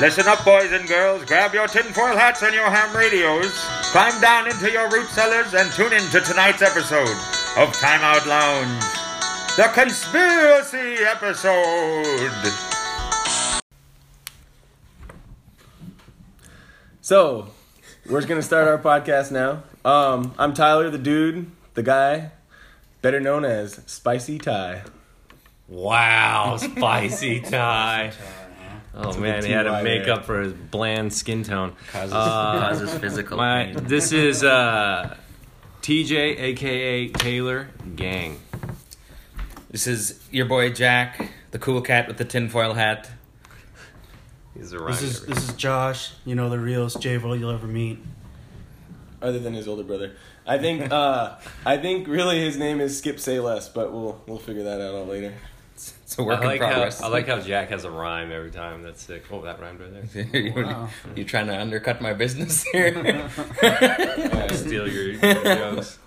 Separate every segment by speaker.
Speaker 1: Listen up, boys and girls. Grab your tinfoil hats and your ham radios. Climb down into your root cellars and tune in to tonight's episode of Time Out Lounge. The Conspiracy Episode.
Speaker 2: So, we're just gonna start our podcast now. Um, I'm Tyler, the dude, the guy, better known as Spicy Ty.
Speaker 3: Wow, spicy tie. Oh man, he had to
Speaker 2: TY
Speaker 3: make
Speaker 2: there.
Speaker 3: up for his bland skin tone.
Speaker 4: Causes,
Speaker 3: Uh,
Speaker 4: causes physical
Speaker 3: My,
Speaker 4: pain.
Speaker 3: this is uh, TJ, aka Taylor Gang.
Speaker 4: This is your boy Jack, the cool cat with the tinfoil hat.
Speaker 3: He's
Speaker 5: This is this is Josh. You know the realest J-Vo you'll ever meet.
Speaker 2: Other than his older brother, I think. Uh, I think really his name is Skip Say Less, but we'll we'll figure that out all later.
Speaker 4: It's a
Speaker 3: I
Speaker 4: work in
Speaker 3: like, how,
Speaker 4: progress.
Speaker 3: I like how Jack has a rhyme every time. That's sick. Oh, that rhymed right there.
Speaker 4: you,
Speaker 5: Wow.
Speaker 4: you trying to undercut my business here?
Speaker 3: Steal your, your jokes.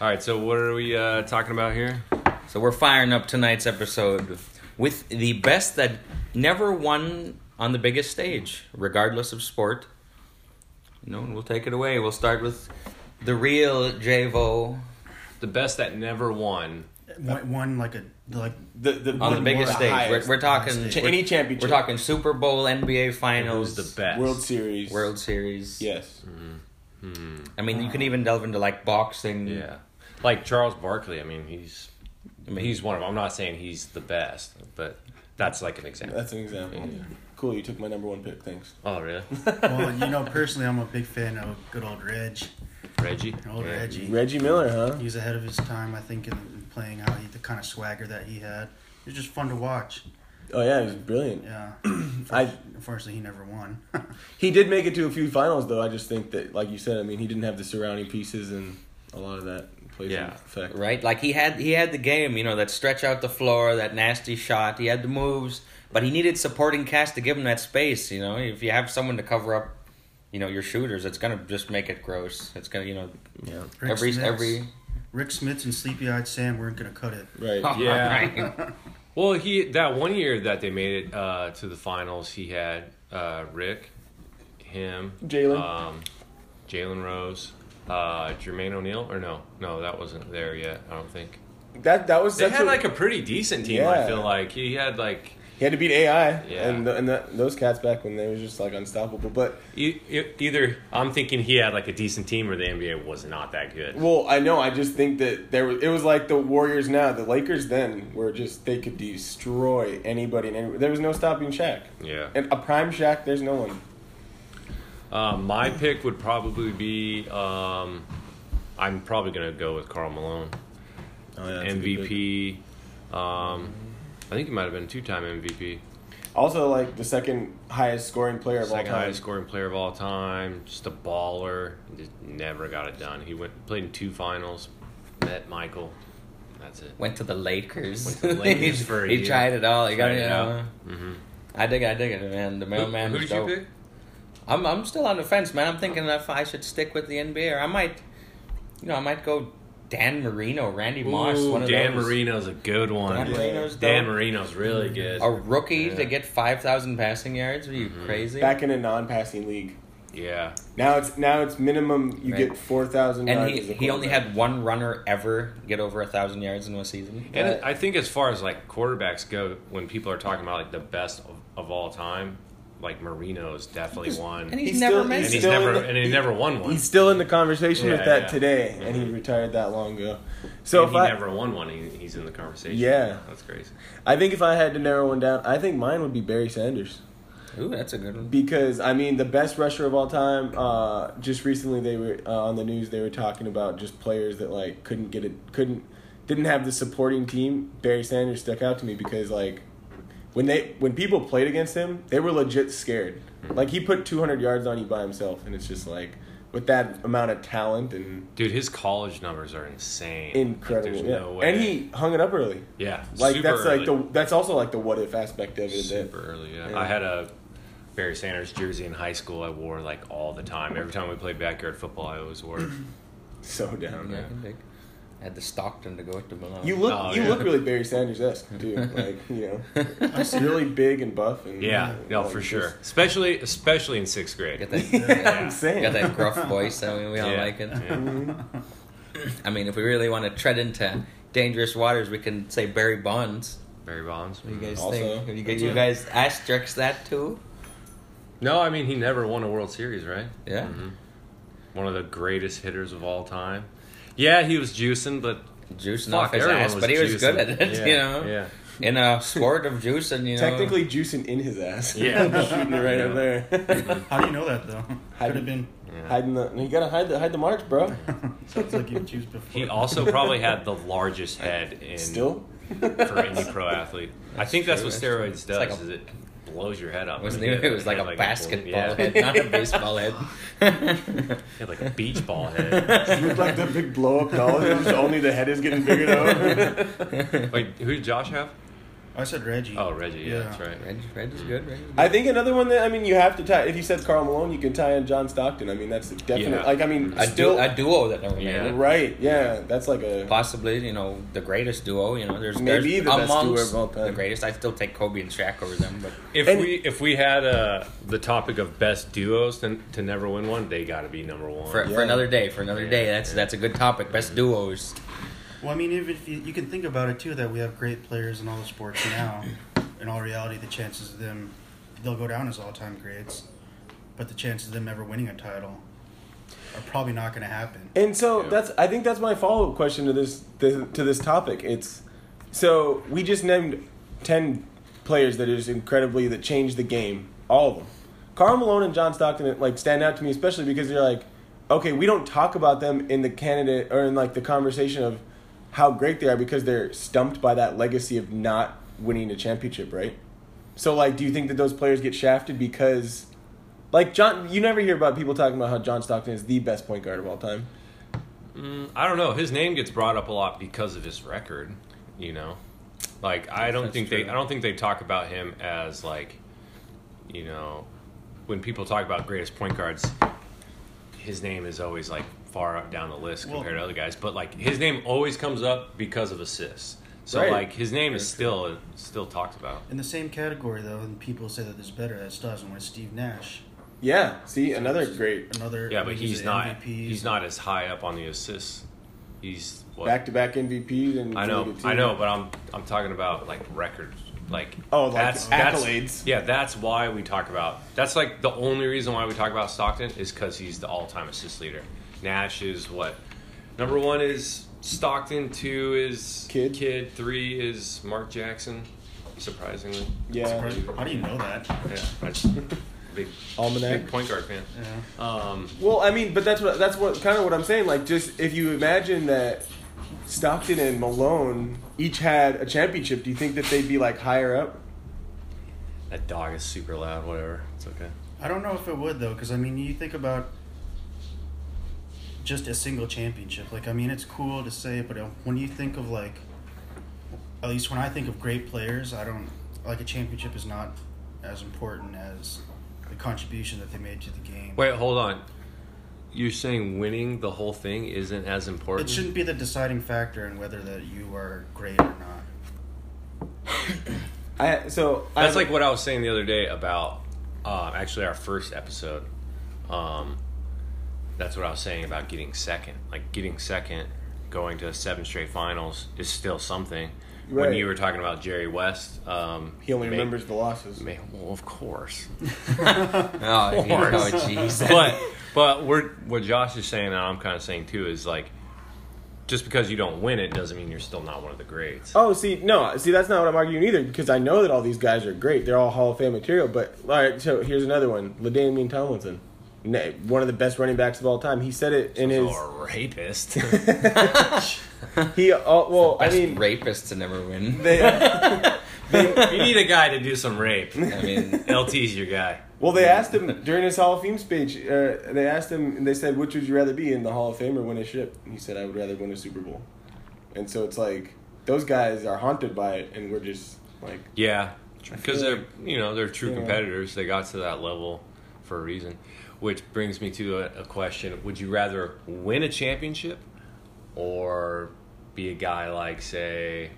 Speaker 3: All right, so what are we uh, talking about here?
Speaker 4: so we're firing up tonight's episode with the best that never won on the biggest stage, regardless of sport. No, and we'll take it away. We'll start with the real Javo
Speaker 3: The best that never won.
Speaker 5: One, one like a like
Speaker 2: The the
Speaker 4: on the
Speaker 2: one-
Speaker 4: biggest
Speaker 2: the
Speaker 4: stage. We're,
Speaker 2: highest.
Speaker 4: we're talking
Speaker 2: Ch- any championship.
Speaker 4: We're talking Super Bowl, NBA Finals,
Speaker 3: Who's the best?
Speaker 2: World Series.
Speaker 4: World Mm. Series.
Speaker 2: Yes.
Speaker 4: I mean, you can even delve into like boxing.
Speaker 3: Yeah, like Charles Barkley. I mean, he's
Speaker 4: I mean,
Speaker 3: he's one of. 'em. I'm not saying he's the best, but that's like an example.
Speaker 2: That's an example. Cool. You took my number one pick. Thanks.
Speaker 3: Oh, really?
Speaker 5: well, you know personally, I'm a big fan of good old Reg,
Speaker 3: Reggie?
Speaker 5: old
Speaker 3: Yeah.
Speaker 5: Reggie.
Speaker 2: Reggie Miller, huh?
Speaker 5: He was ahead of his time, I think, in, in playing out he, the kind of swagger that he had. It was just fun to watch.
Speaker 2: Oh yeah, he was brilliant.
Speaker 5: Yeah.
Speaker 2: I
Speaker 5: Unfortunately, he never won.
Speaker 2: he did make it to a few finals though. I just think that, like you said, I mean, he didn't have the surrounding pieces, and a lot of that plays in
Speaker 3: Yeah.
Speaker 2: effect.
Speaker 4: right? Like he had he had the game, you know, that stretch out the floor, that nasty shot. He had the moves, but he needed supporting cast to give him that space. You know, if you have someone to cover up, you know, your shooters, it's gonna just make it gross. It's gonna, you know,
Speaker 2: Yeah.
Speaker 5: Rick
Speaker 4: every
Speaker 5: Smits-
Speaker 4: every
Speaker 5: Rick Smith and Sleepy Eyed Sam weren't gonna cut it.
Speaker 2: Right.
Speaker 3: Yeah.
Speaker 4: right.
Speaker 3: Well, he that one year that they made it uh, to the finals, he had uh, Rick, him,
Speaker 2: Jalen.
Speaker 3: um, Jalen Rose, uh, Jermaine O'Neal, or no, no, that wasn't there yet. I don't think
Speaker 2: That that was
Speaker 3: they
Speaker 2: such
Speaker 3: had
Speaker 2: a,
Speaker 3: like a pretty decent team.
Speaker 2: Yeah.
Speaker 3: I feel like he had like
Speaker 2: he had to beat AI
Speaker 3: Yeah.
Speaker 2: and the, and the, those cats back when they was just like unstoppable. But
Speaker 3: e- e- either I'm thinking he had like a decent team, or the NBA was not that good.
Speaker 2: well, I know I just think that there was it was like the Warriors now. The Lakers then were just they could destroy anybody and any, there was no stopping Shaq.
Speaker 3: Yeah.
Speaker 2: And a prime Shaq, there's no one.
Speaker 3: Uh, my pick would probably be. Um, I'm probably gonna go with Carl Malone.
Speaker 2: Oh, yeah,
Speaker 3: MVP. Um, I think he might have been two-time MVP,
Speaker 2: Also, like the second highest scoring player of
Speaker 3: second
Speaker 2: all time.
Speaker 3: highest scoring player of all time. Just a baller. Just never got it done. He went played in two finals. Met Michael. That's it.
Speaker 4: Went to the Lakers.
Speaker 3: Went to the Lakers
Speaker 4: He-
Speaker 3: for a
Speaker 4: he
Speaker 3: year.
Speaker 4: tried it all. He got
Speaker 3: Tried
Speaker 4: you
Speaker 3: it
Speaker 4: know.
Speaker 3: out. Mm-hmm.
Speaker 4: I dig, it, I dig it, man. The mailman.
Speaker 3: Who
Speaker 4: is
Speaker 3: did you
Speaker 4: dope.
Speaker 3: pick?
Speaker 4: I'm I'm still on the fence, man. I'm thinking if I should stick with the NBA or I might, you know, I might go Dan Marino, Randy Moss, one of
Speaker 3: Dan
Speaker 4: those.
Speaker 3: Marino's a good
Speaker 4: Dan
Speaker 3: one.
Speaker 2: Yeah.
Speaker 4: Marino's Oh.
Speaker 3: Dan
Speaker 4: dope.
Speaker 3: Marino's really good. Mm-hmm.
Speaker 4: A rookie to
Speaker 3: Yeah.
Speaker 4: get five thousand passing yards? Are you crazy?
Speaker 2: Back in a non-passing league.
Speaker 3: Yeah.
Speaker 2: Now it's now it's minimum you
Speaker 4: Right.
Speaker 2: get four thousand.
Speaker 4: and he he only had one runner ever get over a thousand yards in one season.
Speaker 3: And
Speaker 2: Right.
Speaker 3: I think as far as like quarterbacks go, when people are talking about like the best of, of all time, like Marino's definitely one.
Speaker 4: And he's,
Speaker 2: He's
Speaker 4: never
Speaker 2: still-
Speaker 4: made
Speaker 3: and he's
Speaker 4: it.
Speaker 2: still
Speaker 3: never
Speaker 2: in the-
Speaker 3: and he never won one.
Speaker 2: He's still in the conversation with
Speaker 3: Yeah,
Speaker 2: that
Speaker 3: yeah.
Speaker 2: today, and he retired that long ago. So
Speaker 3: and
Speaker 2: if
Speaker 3: he
Speaker 2: I,
Speaker 3: never won one. He, he's in the conversation.
Speaker 2: Yeah.
Speaker 3: that's crazy.
Speaker 2: I think if I had to narrow one down, I think mine would be Barry Sanders
Speaker 4: Ooh, that's a good one.
Speaker 2: because I mean the best rusher of all time. Uh, just recently they were uh, on the news. They were talking about just players that like couldn't get it, couldn't, didn't have the supporting team. Barry Sanders stuck out to me because like when they when people played against him, they were legit scared. Like he put 200 yards on you by himself, and it's just like with that amount of talent and
Speaker 3: Dude, his college numbers are insane.
Speaker 2: incredible,
Speaker 3: Like,
Speaker 2: yeah.
Speaker 3: there's no way.
Speaker 2: and he hung it up early.
Speaker 3: yeah,
Speaker 2: Like
Speaker 3: super
Speaker 2: that's
Speaker 3: early.
Speaker 2: like the that's also like the what if aspect of it. That,
Speaker 3: super early. Yeah.
Speaker 2: Yeah.
Speaker 3: I had a Barry Sanders jersey in high school. I wore like all the time. Every time we played backyard football, I always wore. it.
Speaker 2: so down.
Speaker 4: Yeah, I can dig. had the Stockton to go to Milan.
Speaker 2: You look
Speaker 3: Oh,
Speaker 2: you
Speaker 3: yeah.
Speaker 2: look really Barry Sanders esque too. Like you know,
Speaker 5: I've seen
Speaker 2: really big and buff. And,
Speaker 3: Yeah, no,
Speaker 2: like,
Speaker 3: for
Speaker 2: just-
Speaker 3: sure. Especially, especially in sixth grade.
Speaker 4: Got that,
Speaker 2: I'm saying.
Speaker 4: got that gruff voice. I mean, we all
Speaker 3: Yeah,
Speaker 4: like it.
Speaker 3: yeah.
Speaker 2: mm,
Speaker 4: I mean, if we really want to tread into dangerous waters, we can say Barry Bonds.
Speaker 3: Barry Bonds.
Speaker 4: What do you guys
Speaker 2: Also,
Speaker 4: think? You guys,
Speaker 2: yeah.
Speaker 4: you guys asterisk that too?
Speaker 3: No, I mean he never won a World Series, right?
Speaker 4: Yeah.
Speaker 3: Mhm. One of the greatest hitters of all time. Yeah, he was juicing, but
Speaker 4: Juicing
Speaker 3: fuck,
Speaker 4: off his
Speaker 3: everyone
Speaker 4: ass, but he was
Speaker 3: juicing.
Speaker 4: good at it,
Speaker 3: Yeah,
Speaker 4: you know?
Speaker 3: Yeah,
Speaker 4: In a sport of juicing, you know?
Speaker 2: Technically juicing in his ass.
Speaker 3: Yeah.
Speaker 2: shooting it right up there.
Speaker 5: How do you know that though?
Speaker 2: How
Speaker 5: Could
Speaker 2: do
Speaker 5: have been.
Speaker 3: yeah.
Speaker 2: Hiding the you gotta hide the hide the marks, bro.
Speaker 5: Sounds like you've used before.
Speaker 3: He also probably had the largest head in
Speaker 2: Still,
Speaker 3: for any pro athlete. I think that's
Speaker 4: true,
Speaker 3: what steroids
Speaker 4: that's
Speaker 3: does.
Speaker 4: true. It's like a-
Speaker 3: is it blows your head up?
Speaker 4: Wasn't
Speaker 3: Like,
Speaker 4: it?
Speaker 3: yeah,
Speaker 4: It was like
Speaker 3: had
Speaker 4: a basketball
Speaker 3: yeah,
Speaker 4: head, not a baseball head.
Speaker 3: he had like a beach ball head.
Speaker 2: It looked like the big blow up doll. It was Only the head is getting bigger though.
Speaker 3: Wait, who did Josh have?
Speaker 5: I said Reggie.
Speaker 3: Oh, Reggie. Yeah,
Speaker 5: Yeah.
Speaker 3: that's right.
Speaker 4: Red, red is good, red is good.
Speaker 2: I think another one that I mean you have to tie. If you said Carl Malone, you can tie in John Stockton. I mean that's a definite.
Speaker 3: Yeah.
Speaker 2: Like I mean
Speaker 4: A,
Speaker 2: still
Speaker 4: du- a duo that never made
Speaker 3: Yeah.
Speaker 4: it.
Speaker 2: right. Yeah, that's like a
Speaker 4: possibly you know the greatest duo. You know, there's
Speaker 2: Maybe
Speaker 4: there's
Speaker 2: the best duo of all time.
Speaker 4: the greatest. I still take Kobe and Shaq over them, but
Speaker 3: If
Speaker 2: And-
Speaker 3: we if we had uh, the topic of best duos to, to never win one, they got to be number one.
Speaker 4: for,
Speaker 2: Yeah.
Speaker 4: for another day, for another day, that's that's a good topic. Best duos.
Speaker 5: Well, I mean, even if you, you can think about it too, that we have great players in all the sports now. In all reality, the chances of them, they'll go down as all-time greats, but the chances of them ever winning a title are probably not going to happen.
Speaker 2: And so
Speaker 3: Yeah.
Speaker 2: that's I think that's my follow up question to this, this to this topic. It's so we just named ten players that is incredibly that changed the game, all of them. Carl Malone and John Stockton like stand out to me, especially because you're like, okay, we don't talk about them in the candidate or in like the conversation of how great they are because they're stumped by that legacy of not winning a championship, right? So like, do you think that those players get shafted because? Like John, you never hear about people talking about how John Stockton is the best point guard of all time.
Speaker 3: I don't know. His name gets brought up a lot because of his record. You know, like I don't
Speaker 4: That's
Speaker 3: think they
Speaker 4: true.
Speaker 3: I don't think they talk about him as like, you know, when people talk about greatest point guards, his name is always like far up down the list
Speaker 5: Well-
Speaker 3: compared to other guys. But like his name always comes up because of assists. So
Speaker 2: Right.
Speaker 3: like his name is still still talked about.
Speaker 5: In the same category, though, and people say that there's better that still hasn't won Steve Nash.
Speaker 2: Yeah. See, another great
Speaker 5: Another
Speaker 3: Yeah, but
Speaker 5: he's
Speaker 3: he's
Speaker 5: an
Speaker 3: not
Speaker 5: MVP.
Speaker 3: he's not as high up on the assists. He's what
Speaker 2: back-to-back MVPs and
Speaker 3: I know,
Speaker 2: really good
Speaker 3: I know,
Speaker 2: team.
Speaker 3: but I'm I'm talking about like records, like
Speaker 2: Oh, like
Speaker 3: That's,
Speaker 2: accolades.
Speaker 3: yeah, that's why we talk about. That's like the only reason why we talk about Stockton is because he's the all-time assist leader. Nash is what number one is Stockton, two is
Speaker 2: Kidd.
Speaker 3: Kid, three is Mark Jackson. Surprisingly,
Speaker 2: yeah.
Speaker 5: How do you know that?
Speaker 3: yeah, that's big
Speaker 2: Almanac.
Speaker 3: big point guard fan.
Speaker 5: Yeah.
Speaker 3: Um,
Speaker 2: Well, I mean, but that's what that's what kind of what I'm saying. Like, just if you imagine that Stockton and Malone each had a championship, do you think that they'd be like higher up?
Speaker 3: that dog is super loud. Whatever, it's okay.
Speaker 5: I don't know if it would though, because I mean, you think about just a single championship. Like, I mean, it's cool to say, but um, when you think of like, at least when I think of great players, I don't like a championship is not as important as the contribution that they made to the game.
Speaker 3: Wait, hold on. You're saying winning the whole thing isn't as important?
Speaker 5: It shouldn't be the deciding factor in whether that you are great or not.
Speaker 2: I so
Speaker 3: That's
Speaker 2: I,
Speaker 3: like what I was saying the other day about um, actually our first episode. Um, that's what I was saying about getting second. Like getting second, going to seven straight finals is still something. When
Speaker 2: Right.
Speaker 3: you were talking about Jerry West, um,
Speaker 2: he only
Speaker 3: ma-
Speaker 2: remembers the losses.
Speaker 3: ma- well, of course.
Speaker 4: Oh, you know,
Speaker 3: course.
Speaker 4: jeez.
Speaker 3: but but we're, what Josh is saying, and I'm kind of saying too, is like just because you don't win it doesn't mean you're still not one of the greats.
Speaker 2: Oh, see, no, see, that's not what I'm arguing either because I know that all these guys are great. They're all Hall of Fame material. But all right, so here's another one: Ladainian Tomlinson, Na- one of the best running backs of all time. He said it in his.
Speaker 3: or a rapist.
Speaker 2: He uh, well, I
Speaker 4: Best
Speaker 2: mean,
Speaker 4: rapists to never win.
Speaker 2: they,
Speaker 3: you need a guy to do some rape.
Speaker 4: I mean,
Speaker 3: LT's your guy.
Speaker 2: well, they asked him during his Hall of Fame speech. Uh, they asked him, and they said, "Which would you rather be in the Hall of Fame or win a ship?" And he said, "I would rather win a Super Bowl." And so it's like those guys are haunted by it, and we're just like,
Speaker 3: Yeah, because
Speaker 2: feel
Speaker 3: they're you know they're true
Speaker 2: Yeah.
Speaker 3: competitors. They got to that level for a reason. Which brings me to a, a question: Would you rather win a championship or be a guy like say,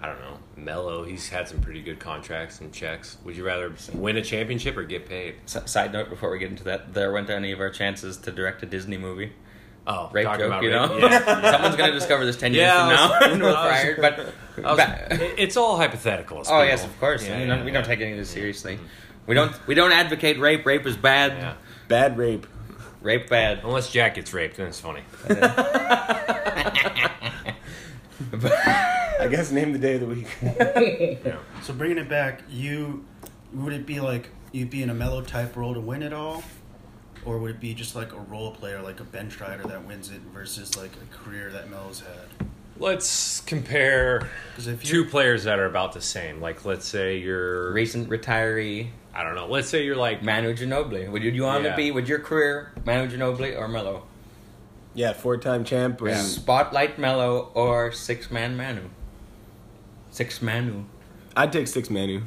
Speaker 3: I don't know, Mello. He's had some pretty good contracts and checks. Would you rather win a championship or get paid?
Speaker 4: S- side note before we get into that, there went any of our chances to direct a Disney movie.
Speaker 3: Oh,
Speaker 4: Rape
Speaker 3: talking
Speaker 4: joke,
Speaker 3: about
Speaker 4: you
Speaker 3: rape,
Speaker 4: know?
Speaker 3: yeah.
Speaker 4: Someone's going to discover this 10
Speaker 3: Yeah,
Speaker 4: years
Speaker 3: I was-
Speaker 4: from now. and we're
Speaker 3: I was-
Speaker 4: fired, but.
Speaker 3: I was-
Speaker 4: back-
Speaker 3: it- it's all hypothetical. it's
Speaker 4: oh, yes,
Speaker 3: people.
Speaker 4: of course.
Speaker 3: Yeah,
Speaker 4: you know,
Speaker 3: yeah,
Speaker 4: we don't
Speaker 3: yeah.
Speaker 4: take any of this seriously. We don't, we don't advocate rape. Rape is bad.
Speaker 3: Yeah.
Speaker 2: Bad rape.
Speaker 4: Rape bad.
Speaker 3: Unless Jack gets raped, then it's funny.
Speaker 2: I guess name the day of the week.
Speaker 5: So bringing it back, you would it be like you'd be in a mellow type role to win it all, or would it be just like a role player, like a bench rider that wins it versus like a career that Melo's had?
Speaker 3: Let's compare
Speaker 5: 'Cause if
Speaker 3: two
Speaker 5: you
Speaker 3: players that are about the same. Like, let's say you're,
Speaker 4: Recent retiree
Speaker 3: I don't know, let's say you're like,
Speaker 4: Manu Ginobili. Would you, do you want
Speaker 3: Yeah.
Speaker 4: to be, with your career, Manu Ginobili or Mello?
Speaker 2: Yeah, four time champ. Or
Speaker 4: Spotlight Mello or Six Man Manu? Six Manu.
Speaker 2: I'd take six Manu.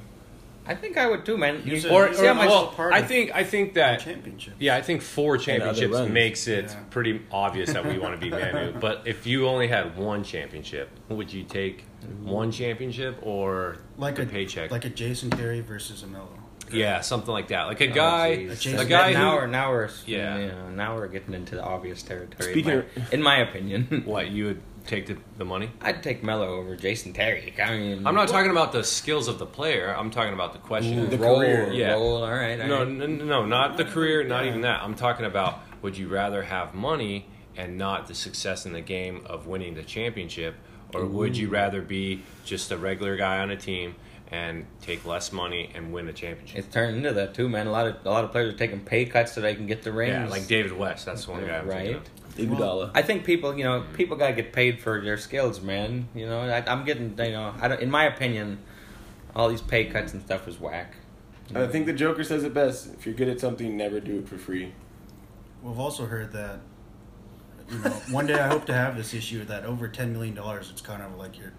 Speaker 4: I think I would too, man. You,
Speaker 5: Use it.
Speaker 3: or, or
Speaker 5: See how much-
Speaker 3: well, I think, I think that,
Speaker 5: championship.
Speaker 3: yeah, I think four championships
Speaker 2: runs.
Speaker 3: makes it
Speaker 5: Yeah.
Speaker 3: pretty obvious that we want to be Manu. But if you only had one championship, would you take one championship or
Speaker 5: like
Speaker 3: the
Speaker 5: a
Speaker 3: paycheck?
Speaker 5: like a Jason Terry versus a Melo.
Speaker 3: yeah, something like that. Like a
Speaker 4: Oh,
Speaker 3: guy,
Speaker 4: geez.
Speaker 5: Jason-
Speaker 3: a guy
Speaker 4: now
Speaker 3: who,
Speaker 4: we're now we're
Speaker 3: Yeah.
Speaker 4: yeah. now we're getting into the obvious territory.
Speaker 2: Speaking
Speaker 4: in, my, in my opinion,
Speaker 3: what, you would take the, the money?
Speaker 4: I'd take Mello over Jason Terry. I mean,
Speaker 3: I'm not talking about the skills of the player. I'm talking about the question.
Speaker 2: Ooh, the
Speaker 4: roll,
Speaker 2: career.
Speaker 3: Yeah.
Speaker 4: roll. All right, all
Speaker 3: No,
Speaker 4: right.
Speaker 3: no, no, not the career, not even that. I'm talking about would you rather have money and not the success in the game of winning the championship, or would you rather be just a regular guy on a team and take less money and win a championship?
Speaker 4: It's turned into that too, man. A lot of a lot of players are taking pay cuts so they can get the rings.
Speaker 3: yeah, like David West. That's the one guy. I'm thinking
Speaker 4: right.
Speaker 3: of.
Speaker 2: Iguodala.
Speaker 4: I think people, you know, people gotta get paid for their skills, man. You know, I, I'm getting, you know, I don't, in my opinion, all these pay cuts and stuff is whack.
Speaker 2: I think the Joker says it best. If you're good at something, never do it for free.
Speaker 5: We've also heard that you know one day I hope to have this issue that over ten million dollars, it's kind of like your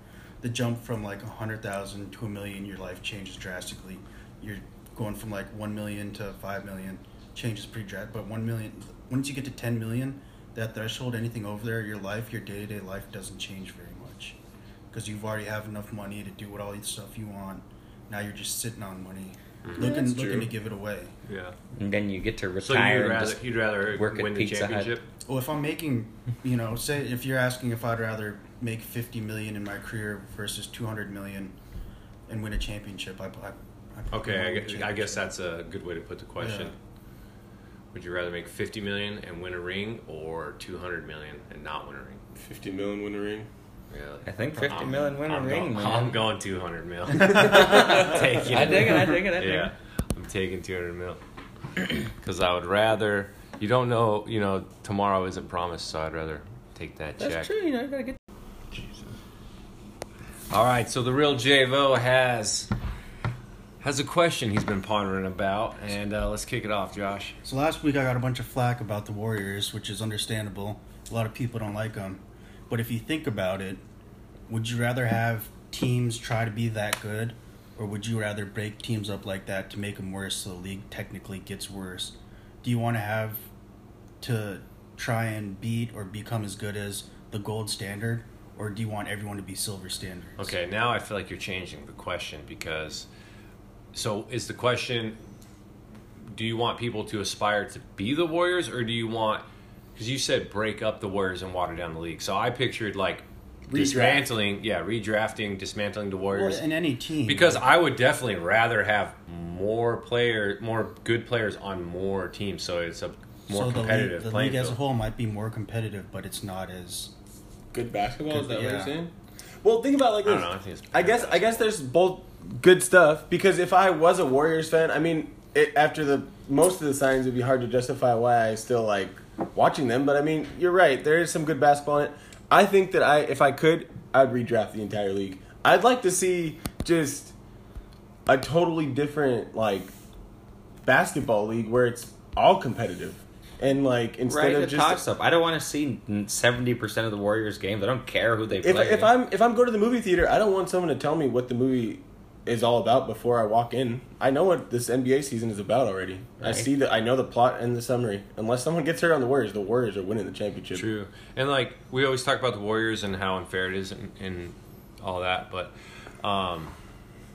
Speaker 5: the jump from like a hundred thousand to a million, your life changes drastically. You're going from like one million to five million, changes pretty drastic. But one million, once you get to ten million, that threshold, anything over there, your life, your day to day life doesn't change very much because you've already have enough money to do what all the stuff you want. Now you're just sitting on money, looking
Speaker 2: That's
Speaker 5: looking
Speaker 2: true.
Speaker 5: to give it away.
Speaker 3: Yeah.
Speaker 4: And then you get to
Speaker 3: So
Speaker 4: retire.
Speaker 3: you'd
Speaker 4: and
Speaker 3: rather
Speaker 4: just-
Speaker 3: you'd rather
Speaker 4: work at
Speaker 3: win the
Speaker 4: Pizza Hut.
Speaker 3: championship?
Speaker 5: Well, if I'm making, you know, say if you're asking if I'd rather make 50 million in my career versus 200 million and win a championship, I, I, I probably
Speaker 3: Okay, I
Speaker 5: won't win a
Speaker 4: Mm-hmm.
Speaker 3: gue- I, guess
Speaker 5: championship.
Speaker 3: that's a good way to put the question.
Speaker 5: Yeah.
Speaker 3: Would you rather make 50 million and win a ring, or 200 million and not win a ring?
Speaker 2: 50 million win a ring.
Speaker 3: Really?
Speaker 4: I think 50
Speaker 3: I'm-
Speaker 4: million win a
Speaker 3: I'm
Speaker 4: ring,
Speaker 3: Going,
Speaker 4: man.
Speaker 3: I'm going 200 mil. taking it.
Speaker 4: I dig it. I dig it. I dig
Speaker 3: Yeah,
Speaker 4: it.
Speaker 3: I'm taking 200 mil. Because I would rather. You don't know. You know, tomorrow isn't promised, so I'd rather take that
Speaker 4: That's
Speaker 3: check.
Speaker 4: true. You know, you gotta get.
Speaker 3: All right. So the real Jvo has has a question he's been pondering about, and uh, let's kick it off, Josh.
Speaker 5: So last week I got a bunch of flack about the Warriors, which is understandable. A lot of people don't like them. But if you think about it, would you rather have teams try to be that good, or would you rather break teams up like that to make them worse so the league technically gets worse? Do you want to have to try and beat or become as good as the gold standard, or do you want everyone to be silver standard?
Speaker 3: Okay, now I feel like you're changing the question because. So is the question: Do you want people to aspire to be the Warriors, or do you want? Because you said break up the Warriors and water down the league. So I pictured like dismantling, yeah, redrafting, dismantling the
Speaker 5: Or
Speaker 3: Warriors.
Speaker 5: in any team.
Speaker 3: because I would definitely rather have more player, more good players on more teams, so it's a more
Speaker 5: so the league,
Speaker 3: competitive
Speaker 5: the
Speaker 3: playing
Speaker 5: league as a
Speaker 3: field.
Speaker 5: whole might be more competitive, but it's not as
Speaker 2: Good basketball, is that what
Speaker 5: yeah.
Speaker 2: you're saying? Well, think about it like
Speaker 3: I
Speaker 2: this.
Speaker 3: don't know. I think it's
Speaker 2: I guess I guess there's both good stuff because if I was a Warriors fan, I mean, it, after the most of the signs, it'd be hard to justify why I still like watching them. But I mean, you're right. There is some good basketball in it. I think that I, if I could, I'd redraft the entire league. I'd like to see just a totally different like basketball league where it's all competitive and like instead
Speaker 4: Right,
Speaker 2: of
Speaker 4: a
Speaker 2: just
Speaker 4: toss up. I don't want to see seventy percent of the Warriors games. I don't care who they
Speaker 2: if,
Speaker 4: play.
Speaker 2: if I'm if I'm going to the movie theater, I don't want someone to tell me what the movie is all about before I walk in. I know what this NBA season is about already. I
Speaker 4: Right.
Speaker 2: see that. I know the plot and the summary. Unless someone gets hurt on the Warriors, the Warriors are winning the championship.
Speaker 3: True. And like we always talk about the Warriors and how unfair it is and, and all that, but um,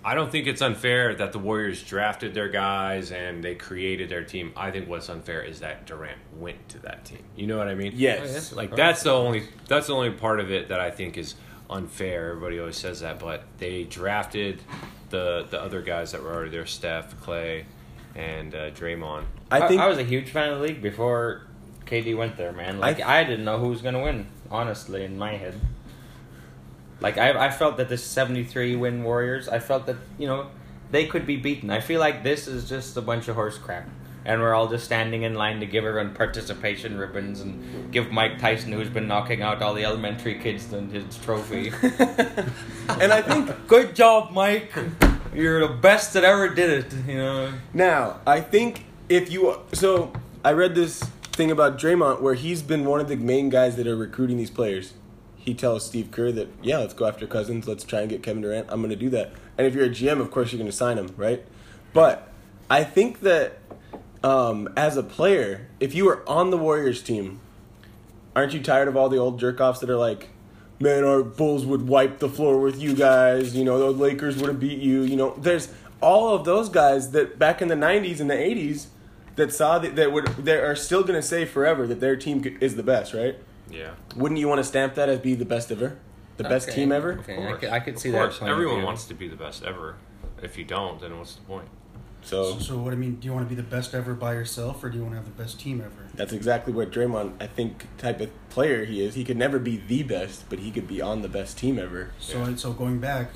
Speaker 3: I don't think it's unfair that the Warriors drafted their guys and they created their team. I think what's unfair is that Durant went to that team. You know what I mean?
Speaker 2: Yes. Oh, yes.
Speaker 3: Like that's the only that's the only part of it that I think is unfair. Everybody always says that, but they drafted the the other guys that were already there: Steph, Clay, and uh, Draymond.
Speaker 2: I think
Speaker 4: I, was a huge fan of the league before KD went there, man. Like
Speaker 2: th-
Speaker 4: I, didn't know who was gonna win, honestly, in my head. Like I, I felt that this seventy-three win Warriors, I felt that you know they could be beaten. I feel like this is just a bunch of horse crap, and we're all just standing in line to give everyone participation ribbons and give Mike Tyson, who's been knocking out all the elementary kids, the- his trophy.
Speaker 2: and I think
Speaker 4: Good job, Mike. You're the best that ever did it. You know.
Speaker 2: Now, I think if you so I read this thing about Draymond where he's been one of the main guys that are recruiting these players. He tells Steve Kerr that, yeah, let's go after Cousins, let's try and get Kevin Durant. I'm going to do that. And if you're a GM, of course you're going to sign him, right? But I think that um, as a player, if you were on the Warriors team, aren't you tired of all the old jerk-offs that are like, man, our Bulls would wipe the floor with you guys. You know, the Lakers would have beat you. You know, there's all of those guys that back in the 90s and the 80s that saw that, that would that are still going to say forever that their team c- is the best, right?
Speaker 3: Yeah.
Speaker 2: Wouldn't you want to stamp that as be the best ever? The best
Speaker 4: Okay,
Speaker 2: team ever?
Speaker 4: okay,
Speaker 3: Of
Speaker 4: I
Speaker 3: course.
Speaker 4: could, I could
Speaker 3: Of
Speaker 4: see
Speaker 3: course.
Speaker 4: that. point of
Speaker 3: Everyone
Speaker 4: view.
Speaker 3: wants to be the best ever. If you don't, then what's the point?
Speaker 2: So
Speaker 5: So, what I mean, do you want to be the best ever by yourself, or do you want to have the best team ever?
Speaker 2: that's exactly what Draymond, I think, type of player he is. He could never be the best, but he could be on the best team ever.
Speaker 5: So, so going back,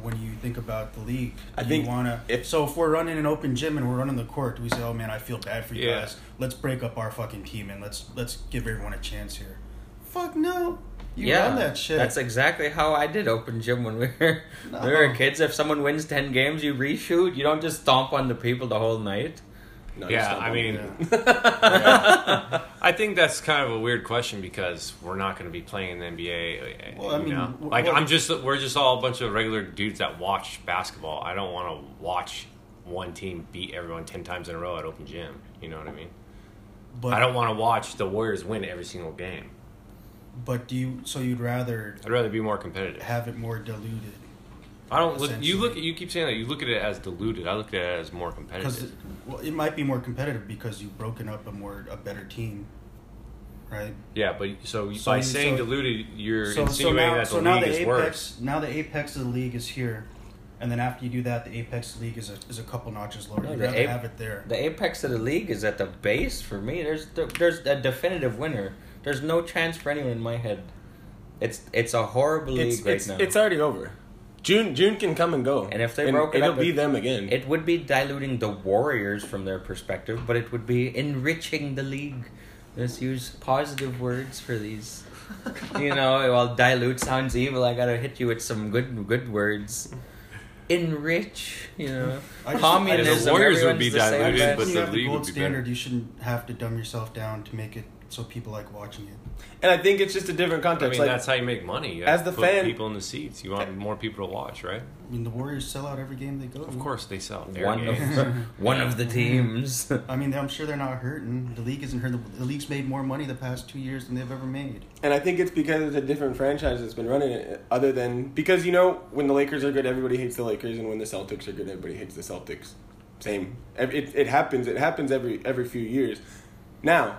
Speaker 5: when you think about the league,
Speaker 2: I
Speaker 5: you
Speaker 2: think
Speaker 5: wanna.
Speaker 2: if-
Speaker 5: so if we're running an open gym and we're running the court, do we say, "Oh man, I feel bad for you
Speaker 3: Yeah.
Speaker 5: guys. Let's break up our fucking team and let's let's give everyone a chance here." Fuck no. You run that shit.
Speaker 4: That's exactly how I did open gym when we were we were
Speaker 5: No.
Speaker 4: kids. If someone wins ten games, you reshoot. You don't just stomp on the people the whole night.
Speaker 2: No, just
Speaker 3: Yeah,
Speaker 2: not
Speaker 3: I
Speaker 2: one.
Speaker 3: mean,
Speaker 5: yeah.
Speaker 3: I think that's kind of a weird question because we're not going to be playing in the NBA.
Speaker 5: Well, I
Speaker 3: you
Speaker 5: mean,
Speaker 3: know?
Speaker 5: w-
Speaker 3: like
Speaker 5: well-
Speaker 3: I'm just we're just all a bunch of regular dudes that watch basketball. I don't want to watch one team beat everyone ten times in a row at open gym. You know what I mean?
Speaker 5: but
Speaker 3: I don't want to watch the Warriors win every single game.
Speaker 5: But do you? So you'd rather
Speaker 3: I'd rather be more competitive.
Speaker 5: have it more diluted
Speaker 3: I don't look. You
Speaker 5: Essentially.
Speaker 3: look. You keep saying that. You look at it as diluted. I look at it as more
Speaker 5: because
Speaker 3: competitive.
Speaker 5: it, well, it might be more competitive because you've broken up a more a better team, right?
Speaker 3: Yeah, but so,
Speaker 5: So
Speaker 3: by
Speaker 5: you-
Speaker 3: saying
Speaker 5: so-
Speaker 3: diluted, you're insinuating that the league is
Speaker 5: apex,
Speaker 3: worse.
Speaker 5: Now the apex of the league is here, and then after you do that, the apex league is a, is a couple notches lower.
Speaker 4: No,
Speaker 5: You'd
Speaker 4: the
Speaker 5: rather
Speaker 4: ape-
Speaker 5: have it there.
Speaker 4: The apex of the league is at the base for me. There's there's a definitive winner. There's no chance for anyone in my head. It's it's a horrible league
Speaker 2: it's,
Speaker 4: right
Speaker 2: it's,
Speaker 4: now.
Speaker 2: it's already over. June June can come and go.
Speaker 4: And if they broke it
Speaker 2: it'll
Speaker 4: up,
Speaker 2: be
Speaker 4: it-
Speaker 2: them again.
Speaker 4: It would be diluting the Warriors from their perspective, but it would be enriching the league. Let's use positive words for these. You know, while dilute sounds evil, I gotta hit you with some good good words. Enrich, you know.
Speaker 5: I just-
Speaker 4: Communism.
Speaker 5: I just-
Speaker 3: The Warriors
Speaker 4: everyone's
Speaker 3: would be
Speaker 4: the same,
Speaker 3: diluted,
Speaker 4: but-
Speaker 3: but
Speaker 5: When you
Speaker 3: the
Speaker 5: have the
Speaker 3: league would
Speaker 5: gold
Speaker 3: be
Speaker 5: standard,
Speaker 3: better.
Speaker 5: you shouldn't have to dumb yourself down to make it so people like watching it.
Speaker 2: and I think it's just a different
Speaker 3: I mean,
Speaker 2: context. like,
Speaker 3: that's how you make money. You
Speaker 2: as
Speaker 3: have to
Speaker 2: the
Speaker 3: put
Speaker 2: fan-
Speaker 3: people in the seats. You want more people to watch, right?
Speaker 5: I mean, the Warriors sell out every game they go.
Speaker 3: Of course, they sell. their
Speaker 4: one
Speaker 3: games.
Speaker 4: of one of the teams.
Speaker 5: I mean, I'm sure they're not hurting. The league isn't hurting. The league's made more money the past two years than they've ever made.
Speaker 2: and I think it's because it's a different franchise that's been running it. Other than because you know when the Lakers are good, everybody hates the Lakers, and when the Celtics are good, everybody hates the Celtics. Same. Ev- It it happens. It happens every every few years. Now,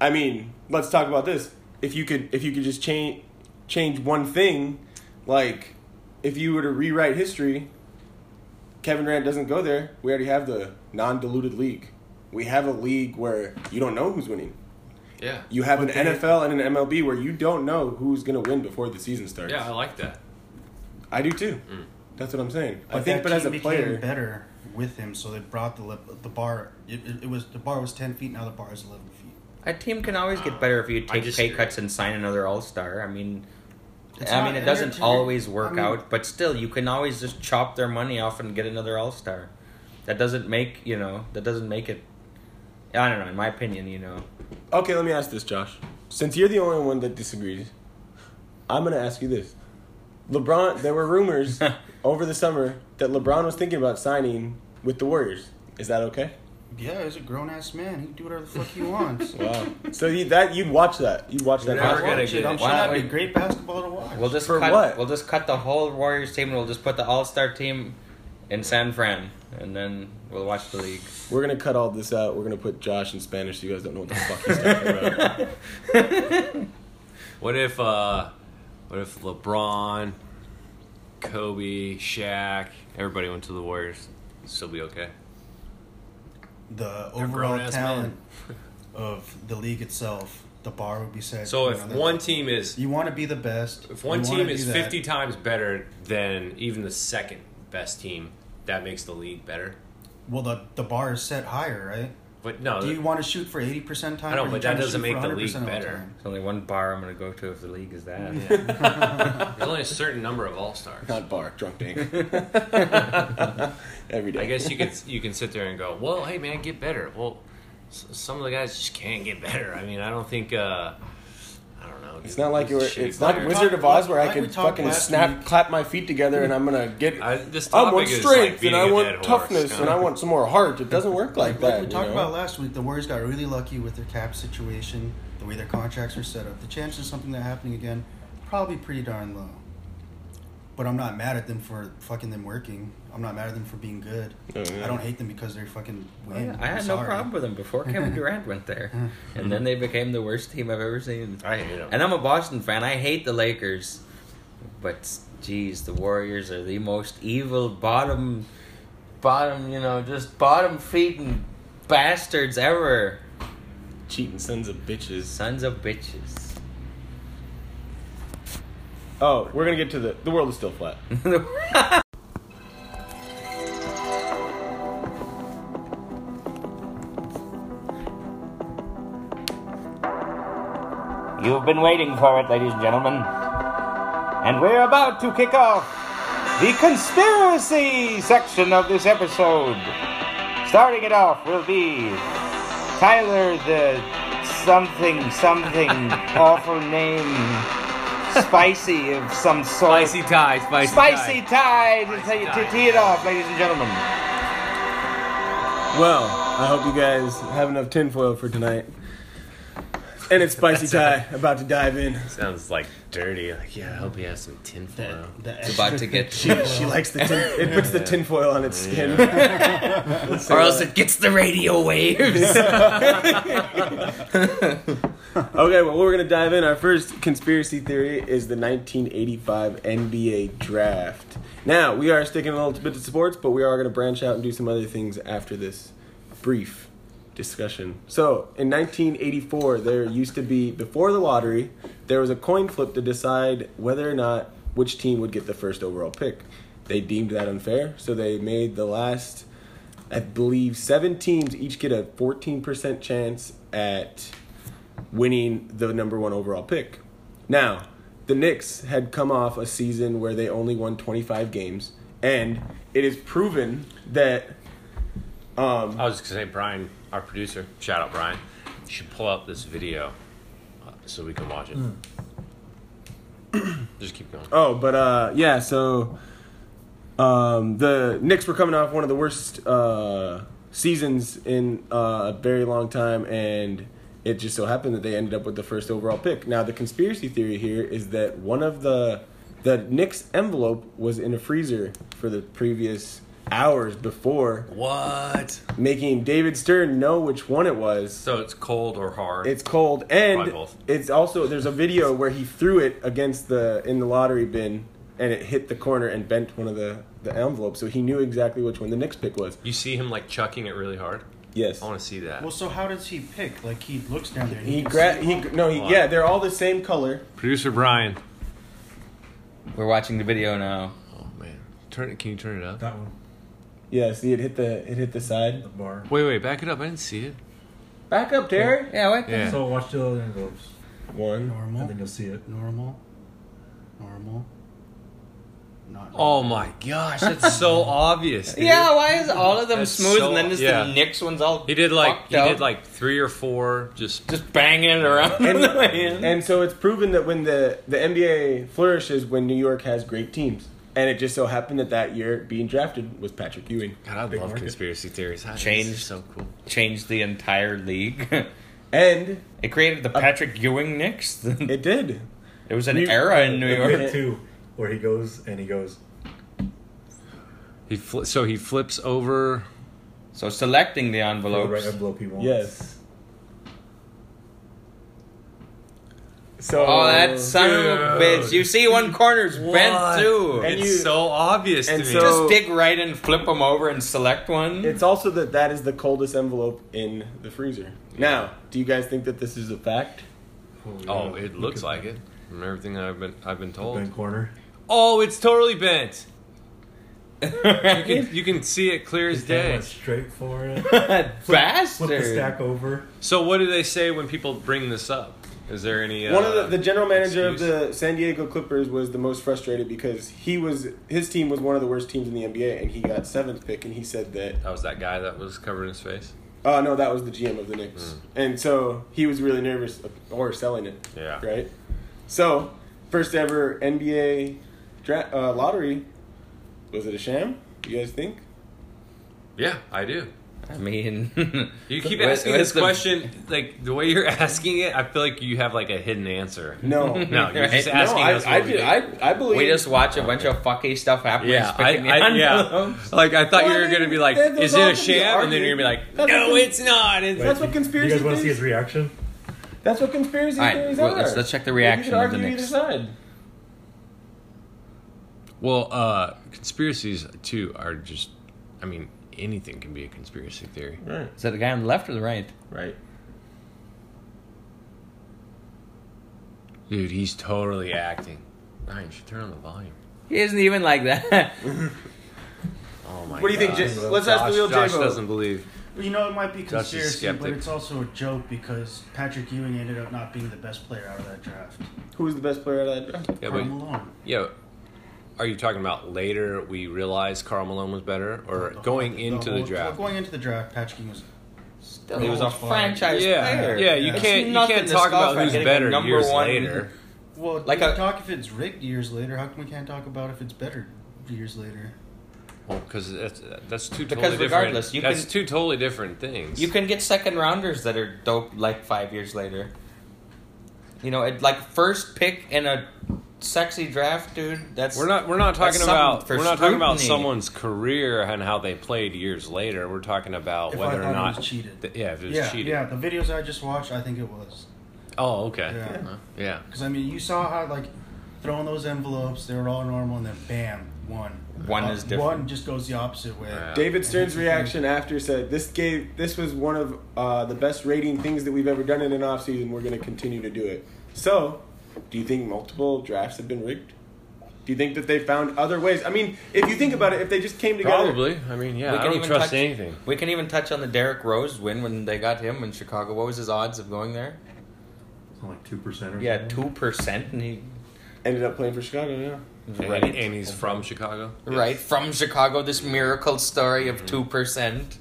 Speaker 2: I mean, let's talk about this. If you could, if you could just change change one thing, like if you were to rewrite history, Kevin Durant doesn't go there. We already have the non-diluted league. We have a league where you don't know who's winning.
Speaker 3: yeah,
Speaker 2: You have an
Speaker 5: But they-
Speaker 2: NFL and an MLB where you don't know who's going to win before the season starts.
Speaker 3: yeah, I like that.
Speaker 2: I do too. That's what I'm saying. I
Speaker 5: But
Speaker 2: think,
Speaker 5: that
Speaker 2: but as a
Speaker 5: team became
Speaker 2: player,
Speaker 5: better with him, so they brought the le- the bar. It, it, it was the bar was ten feet. Now the bar is eleven feet.
Speaker 4: A team can always get better if you
Speaker 3: I
Speaker 4: take
Speaker 3: just-
Speaker 4: pay cuts and sign another All Star. I mean,
Speaker 5: It's
Speaker 4: I
Speaker 5: not
Speaker 4: mean, it
Speaker 5: an
Speaker 4: doesn't
Speaker 5: entertainment-
Speaker 4: always work
Speaker 5: I mean-
Speaker 4: out, but still, you can always just chop their money off and get another All Star. That doesn't make you know. That doesn't make it. I don't know. In my opinion, you know,
Speaker 2: okay, let me ask this, Josh. Since you're the only one that disagrees, I'm going to ask you this: LeBron, there were rumors over the summer that LeBron was thinking about signing with the Warriors. Is that okay?
Speaker 5: Yeah, he's a grown ass man. He can do whatever the fuck he wants.
Speaker 2: Wow. so you, that you'd watch that. You'd watch that.
Speaker 3: Never
Speaker 2: basketball.
Speaker 3: gonna
Speaker 5: Watch
Speaker 3: get
Speaker 5: it. I'm
Speaker 3: it.
Speaker 5: sure
Speaker 4: Why
Speaker 5: that'd
Speaker 4: not?
Speaker 5: be great basketball to watch.
Speaker 4: We'll just
Speaker 2: For
Speaker 4: cut,
Speaker 2: what?
Speaker 4: We'll just cut the whole Warriors team and we'll just put the All Star team in San Fran, and then we'll watch the league.
Speaker 2: We're gonna cut all this out. We're gonna put Josh in Spanish so you guys don't know what the fuck he's talking about.
Speaker 3: What if uh what if LeBron, Kobe, Shaq, everybody went to the Warriors? Still be okay.
Speaker 5: the
Speaker 3: They're
Speaker 5: overall
Speaker 3: grown-ass
Speaker 5: talent of the league itself, the bar would be set.
Speaker 3: So
Speaker 5: to
Speaker 3: if
Speaker 5: another
Speaker 3: one
Speaker 5: level.
Speaker 3: team is
Speaker 5: you want to be the best,
Speaker 3: if one
Speaker 5: you
Speaker 3: team
Speaker 5: wanna
Speaker 3: is
Speaker 5: do that.
Speaker 3: fifty times better than even the second best team, that makes the league better.
Speaker 5: well, the the bar is set higher, right?
Speaker 3: But no,
Speaker 5: Do you want to shoot for eighty percent time?
Speaker 3: Uh, I know,
Speaker 5: or you
Speaker 3: but
Speaker 5: trying
Speaker 3: that
Speaker 5: to
Speaker 3: doesn't
Speaker 5: shoot for
Speaker 3: make the league
Speaker 5: 100% all
Speaker 3: better.
Speaker 5: time?
Speaker 4: There's only one bar I'm gonna go to if the league is that.
Speaker 3: there's only a certain number of all stars.
Speaker 2: Not bar, drunk dang. Every day.
Speaker 3: I guess you could you can sit there and go, well, hey man, get better. Well, s- some of the guys just can't get better. I mean, I don't think. uh I don't know.
Speaker 2: It's not like you're.
Speaker 3: Shitty
Speaker 2: It's not
Speaker 3: players.
Speaker 2: Wizard of Oz where I
Speaker 5: Like we
Speaker 2: can
Speaker 5: talked
Speaker 2: fucking
Speaker 5: last
Speaker 2: snap,
Speaker 5: week.
Speaker 2: clap my feet together, and I'm gonna get.
Speaker 3: I, this
Speaker 2: I
Speaker 3: topic
Speaker 2: want
Speaker 3: is
Speaker 2: strength,
Speaker 3: like
Speaker 2: and
Speaker 3: beating
Speaker 2: I
Speaker 3: a
Speaker 2: want
Speaker 3: dead horse,
Speaker 2: toughness,
Speaker 3: kinda.
Speaker 2: and I want some more heart. It doesn't work like
Speaker 5: Like
Speaker 2: that.
Speaker 5: we
Speaker 2: you
Speaker 5: talked
Speaker 2: know?
Speaker 5: about last week, the Warriors got really lucky with their cap situation, the way their contracts are set up. The chances of something that happening again, probably pretty darn low. But I'm not mad at them for fucking them working. I'm not mad at them for being good.
Speaker 2: Oh, yeah.
Speaker 5: I don't hate them because they're fucking winning.
Speaker 4: I had no problem with them before Kevin Durant went there, and then they became the worst team I've ever seen.
Speaker 3: I hate them.
Speaker 4: And I'm a Boston fan. I hate the Lakers, but geez, the Warriors are the most evil bottom, bottom. You know, just bottom feeding bastards ever.
Speaker 2: cheating sons of bitches.
Speaker 4: Sons of bitches.
Speaker 2: Oh, we're gonna get to the. The world is still flat.
Speaker 4: You've been waiting for it, ladies and gentlemen. And we're about to kick off the conspiracy section of this episode. Starting it off will be Tyler the something something awful name. Spicy of some sort.
Speaker 3: Spicy tie, spicy,
Speaker 4: Spicy
Speaker 3: tie.
Speaker 4: Tide to,
Speaker 3: Spicy
Speaker 4: to
Speaker 3: Tide.
Speaker 4: tee it off, ladies and gentlemen.
Speaker 2: Well, I hope you guys have enough tinfoil for tonight. And it's spicy tie about to dive in.
Speaker 3: Sounds like dirty. Like, yeah, I hope he has some tinfoil.
Speaker 4: It's about to get
Speaker 2: She likes the tin, it puts the tinfoil on its skin.
Speaker 4: or else it gets the radio waves.
Speaker 2: Okay, well, we're going to dive in. Our first conspiracy theory is the 1985 NBA draft. Now, we are sticking a little bit to sports, but we are going to branch out and do some other things after this brief discussion. So, in 1984, there used to be, before the lottery, there was a coin flip to decide whether or not which team would get the first overall pick. They deemed that unfair, so they made the last, I believe, seven teams each get a 14% chance at winning the number one overall pick. Now, the Knicks had come off a season where they only won 25 games, and it is proven that
Speaker 3: I was just gonna say, Brian, our producer, shout out Brian, you should pull up this video uh, so we can watch it.
Speaker 2: Hmm.
Speaker 3: Just keep going.
Speaker 2: Oh, but uh, yeah. So um, the Knicks were coming off one of the worst uh, seasons in uh, a very long time, and it just so happened that they ended up with the first overall pick. Now, the conspiracy theory here is that one of the the Knicks envelope was in a freezer for the previous hours before,
Speaker 3: What?
Speaker 2: making David Stern know which one it was.
Speaker 3: So it's cold or hard?
Speaker 2: It's cold,
Speaker 3: Probably
Speaker 2: and
Speaker 3: both.
Speaker 2: it's also there's a video where he threw it against the in the lottery bin, and it hit the corner and bent one of the the envelopes. So he knew exactly which one the next pick was.
Speaker 3: you see him like chucking it really hard.
Speaker 2: Yes,
Speaker 3: I want to see that.
Speaker 5: Well, so how does he pick? Like he looks down there. and
Speaker 2: he
Speaker 5: can
Speaker 2: gra-
Speaker 5: see-
Speaker 2: he no he yeah they're all the same color.
Speaker 3: Producer Brian.
Speaker 4: We're watching the video now.
Speaker 3: Oh man, turn it. Can you turn it up?
Speaker 6: That one,
Speaker 2: Yeah, see it hit the it hit the side.
Speaker 6: the bar.
Speaker 3: Wait, wait, back it up. I didn't see it.
Speaker 2: Back up, Terry.
Speaker 4: Yeah, what?
Speaker 3: Yeah.
Speaker 6: So watch the other envelopes.
Speaker 2: One.
Speaker 6: I
Speaker 5: normal,
Speaker 6: think you'll see it.
Speaker 5: normal, normal, not.
Speaker 3: Oh my gosh, that's so obvious. dude.
Speaker 4: Yeah, why is all of them
Speaker 3: That's
Speaker 4: smooth
Speaker 3: so-
Speaker 4: and then just
Speaker 3: yeah.
Speaker 4: the Knicks one's all
Speaker 3: He did like
Speaker 4: fucked
Speaker 3: he
Speaker 4: up?
Speaker 3: did like three or four just
Speaker 4: just banging it around.
Speaker 2: And,
Speaker 4: the man.
Speaker 2: and so it's proven that when the, the NBA flourishes when New York has great teams. And it just so happened that that year being drafted was Patrick Ewing.
Speaker 3: God, I
Speaker 2: Big
Speaker 3: love
Speaker 2: market.
Speaker 3: conspiracy theories. I- this
Speaker 4: Changed.
Speaker 3: is so cool.
Speaker 4: Changed the entire league.
Speaker 2: And
Speaker 4: it created the Patrick Ewing Knicks. it
Speaker 2: it did.
Speaker 4: was an
Speaker 2: You-
Speaker 4: era in New York.
Speaker 6: Two, where he goes and he goes.
Speaker 3: He fli so he flips over.
Speaker 4: So selecting the
Speaker 6: The
Speaker 4: envelopes.
Speaker 6: right envelope he wants.
Speaker 2: Yes. So
Speaker 4: Oh, that son of a
Speaker 3: Dude.
Speaker 4: bitch! You see, one corner's
Speaker 3: What?
Speaker 4: bent too.
Speaker 2: And
Speaker 3: it's
Speaker 2: you-
Speaker 3: so obvious
Speaker 2: and
Speaker 3: to me.
Speaker 2: so-
Speaker 4: Just dig right and flip them over and select one.
Speaker 2: It's also that that is the coldest envelope in the freezer. Now, do you guys think that this is a fact?
Speaker 3: oh, it looks like it from everything I've been I've been told.
Speaker 6: Ben corner.
Speaker 3: Oh, it's totally bent. You can you can see it clear as
Speaker 6: His hand
Speaker 3: day.
Speaker 6: went straight for it.
Speaker 4: Bastard.
Speaker 6: Flip the stack over.
Speaker 3: So what do they say when people bring this up? Is there any uh,
Speaker 2: One of the, the general manager
Speaker 3: excuse?
Speaker 2: of the San Diego Clippers was the most frustrated because he was his team was one of the worst teams in the NBA, and he got seventh pick, and he said that
Speaker 3: that was that guy that was covering his face.
Speaker 2: oh no, that was the GM of the Knicks,
Speaker 4: Hmm.
Speaker 2: and so he was really nervous of- or selling it,
Speaker 3: Yeah.
Speaker 2: right? So, first ever NBA dra- uh, lottery, was it a sham? You guys think?
Speaker 3: Yeah, I do.
Speaker 4: I mean,
Speaker 3: You keep
Speaker 4: What-
Speaker 3: asking this
Speaker 4: what's the-
Speaker 3: question like the way you're asking it. I feel like you have like a hidden answer.
Speaker 2: No,
Speaker 3: No, you're just
Speaker 4: Right.
Speaker 3: asking
Speaker 2: no, I,
Speaker 3: us.
Speaker 2: I,
Speaker 3: what we
Speaker 2: did-
Speaker 3: do.
Speaker 2: I, I believe
Speaker 4: we just watch a bunch of fucky stuff happen.
Speaker 3: yeah, I,
Speaker 4: picking the
Speaker 3: I, yeah.
Speaker 4: envelopes.
Speaker 3: Like I thought
Speaker 2: Well,
Speaker 3: you
Speaker 2: I
Speaker 3: were
Speaker 2: mean,
Speaker 3: gonna be like,
Speaker 2: those
Speaker 3: is
Speaker 2: all
Speaker 3: it
Speaker 2: can
Speaker 3: a
Speaker 2: be
Speaker 3: sham? And then you're gonna be
Speaker 2: argued.
Speaker 3: like,
Speaker 2: That's
Speaker 3: no,
Speaker 2: what can-
Speaker 3: it's not. It's
Speaker 2: That's
Speaker 6: Wait,
Speaker 2: what
Speaker 6: you-
Speaker 2: conspiracy
Speaker 6: You guys want to see
Speaker 2: theories-
Speaker 6: his reaction?
Speaker 2: That's what conspiracy
Speaker 4: All right,
Speaker 2: theories
Speaker 4: well,
Speaker 2: are.
Speaker 4: let's- let's check the
Speaker 2: You
Speaker 4: reaction
Speaker 2: could
Speaker 4: of the
Speaker 2: argue
Speaker 4: Knicks.
Speaker 2: either side.
Speaker 3: Well, uh, conspiracies too are just. I mean, anything can be a conspiracy theory.
Speaker 2: Right,
Speaker 4: Is that the guy on the left or the right?
Speaker 2: right.
Speaker 3: Dude, he's totally acting. Ryan, you should turn on the volume.
Speaker 4: He isn't even like that.
Speaker 3: Oh my.
Speaker 2: What do you think,
Speaker 3: gosh.
Speaker 2: Jay- let's ask the real
Speaker 3: Josh
Speaker 2: J-Bo.
Speaker 3: doesn't believe.
Speaker 5: You know, it might be
Speaker 3: Josh is
Speaker 5: conspiracy, but
Speaker 3: skeptic.
Speaker 5: it's also a joke because Patrick Ewing ended up not being the best player out of that draft.
Speaker 2: Who was the best player out of that draft?
Speaker 3: Yeah,
Speaker 5: Karl
Speaker 4: Um,
Speaker 3: but
Speaker 5: Malone.
Speaker 3: yeah. Are you talking about later we realized Carl Malone was better, or
Speaker 5: The whole-
Speaker 3: going into the
Speaker 5: whole-
Speaker 3: draft?
Speaker 5: Going into the draft, Patrick Ewing was.
Speaker 4: Still, he was a
Speaker 5: That's fine.
Speaker 4: franchise
Speaker 3: Yeah,
Speaker 4: player.
Speaker 3: yeah. You
Speaker 5: It's
Speaker 3: can't you
Speaker 4: nothing
Speaker 3: can't
Speaker 4: to
Speaker 3: talk
Speaker 4: scoff
Speaker 3: about
Speaker 4: at
Speaker 3: who's
Speaker 4: getting
Speaker 3: better
Speaker 4: a number
Speaker 3: years
Speaker 4: one.
Speaker 3: later.
Speaker 5: Well,
Speaker 4: Like
Speaker 5: like we
Speaker 4: a-
Speaker 5: talk if it's rigged years later. How come we can't talk about if it's better years later?
Speaker 3: Well, because that's that's two
Speaker 4: Because
Speaker 3: totally
Speaker 4: regardless,
Speaker 3: different.
Speaker 4: you
Speaker 3: that's
Speaker 4: can-
Speaker 3: two totally different things.
Speaker 4: You can get second rounders that are dope like five years later. You know, it, like first pick in a sexy draft, dude. That's
Speaker 3: We're not. We're not
Speaker 4: That's
Speaker 3: talking
Speaker 4: something
Speaker 3: about.
Speaker 4: for
Speaker 3: We're not talking about
Speaker 4: scrutiny.
Speaker 3: someone's career and how they played years later. We're talking about
Speaker 5: If I
Speaker 3: whether or
Speaker 5: thought it
Speaker 3: not
Speaker 5: was cheated.
Speaker 3: th- yeah, if it was
Speaker 5: yeah,
Speaker 3: cheated.
Speaker 5: yeah. The videos I just watched, I think it was
Speaker 3: Oh, okay.
Speaker 5: Yeah.
Speaker 3: Uh-huh. Yeah.
Speaker 5: because I mean, you saw how like throwing those envelopes, they were all normal, and then bam, one.
Speaker 4: One
Speaker 5: Uh,
Speaker 4: is different.
Speaker 5: One just goes the opposite way.
Speaker 3: Yeah.
Speaker 2: David Stern's reaction after said, "This gave this was one of uh, the best rating things that we've ever done in an offseason. We're going to continue to do it." So, do you think multiple drafts have been rigged? Do you think that they found other ways? I mean, if you think about it, if they just came together,
Speaker 3: Probably. I mean, yeah. I don't trust
Speaker 4: touch,
Speaker 3: anything.
Speaker 4: We can even touch on the Derrick Rose win when they got him in Chicago. What was his odds of going there?
Speaker 6: Something like two percent or
Speaker 4: Yeah,
Speaker 6: something.
Speaker 4: two percent, and he
Speaker 2: ended up playing for Chicago. Yeah,
Speaker 4: right,
Speaker 3: And, and he's from Chicago.
Speaker 4: right from Chicago. This miracle story
Speaker 3: Mm-hmm.
Speaker 4: of two percent.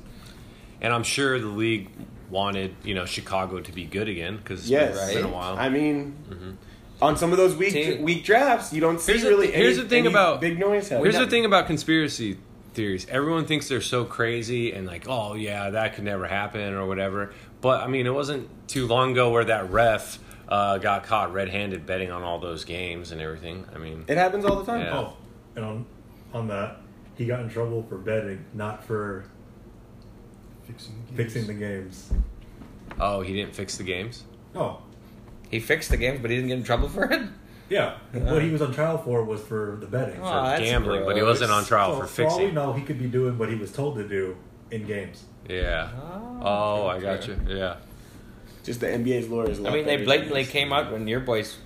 Speaker 3: And I'm sure the league wanted you know Chicago to be good again because
Speaker 2: yes.
Speaker 3: it's been a
Speaker 4: Right.
Speaker 3: while. Mm-hmm.
Speaker 2: I mean, on some of those weak
Speaker 4: Dude.
Speaker 2: weak drafts, you don't see
Speaker 3: Here's the-
Speaker 2: really.
Speaker 3: here's
Speaker 2: any-
Speaker 3: the thing
Speaker 2: any
Speaker 3: about-
Speaker 2: big noise. happening.
Speaker 3: Here's the thing about conspiracy theories. Everyone thinks they're so crazy and like, oh yeah, that could never happen or whatever. But I mean, it wasn't too long ago where that ref uh, got caught red-handed betting on all those games and everything. I mean,
Speaker 2: It happens all the time.
Speaker 3: Yeah.
Speaker 6: Oh, and on on that, he got in trouble for betting, not for
Speaker 5: Fixing, the
Speaker 6: fixing
Speaker 5: games.
Speaker 6: the games.
Speaker 3: oh, he didn't fix the games.
Speaker 6: Oh,
Speaker 4: He fixed the games, but he didn't get in trouble for it.
Speaker 6: yeah. what he was on trial for was for the betting.
Speaker 4: Oh, that's
Speaker 3: gambling, but he
Speaker 4: gross.
Speaker 3: wasn't on trial
Speaker 6: So,
Speaker 3: for
Speaker 6: all we
Speaker 3: fixing.
Speaker 6: know, he could be doing what he was told to do in games.
Speaker 3: Yeah. Oh, I got you. Yeah.
Speaker 2: Just the NBA's lawyers.
Speaker 4: I mean, they blatantly came out when your boys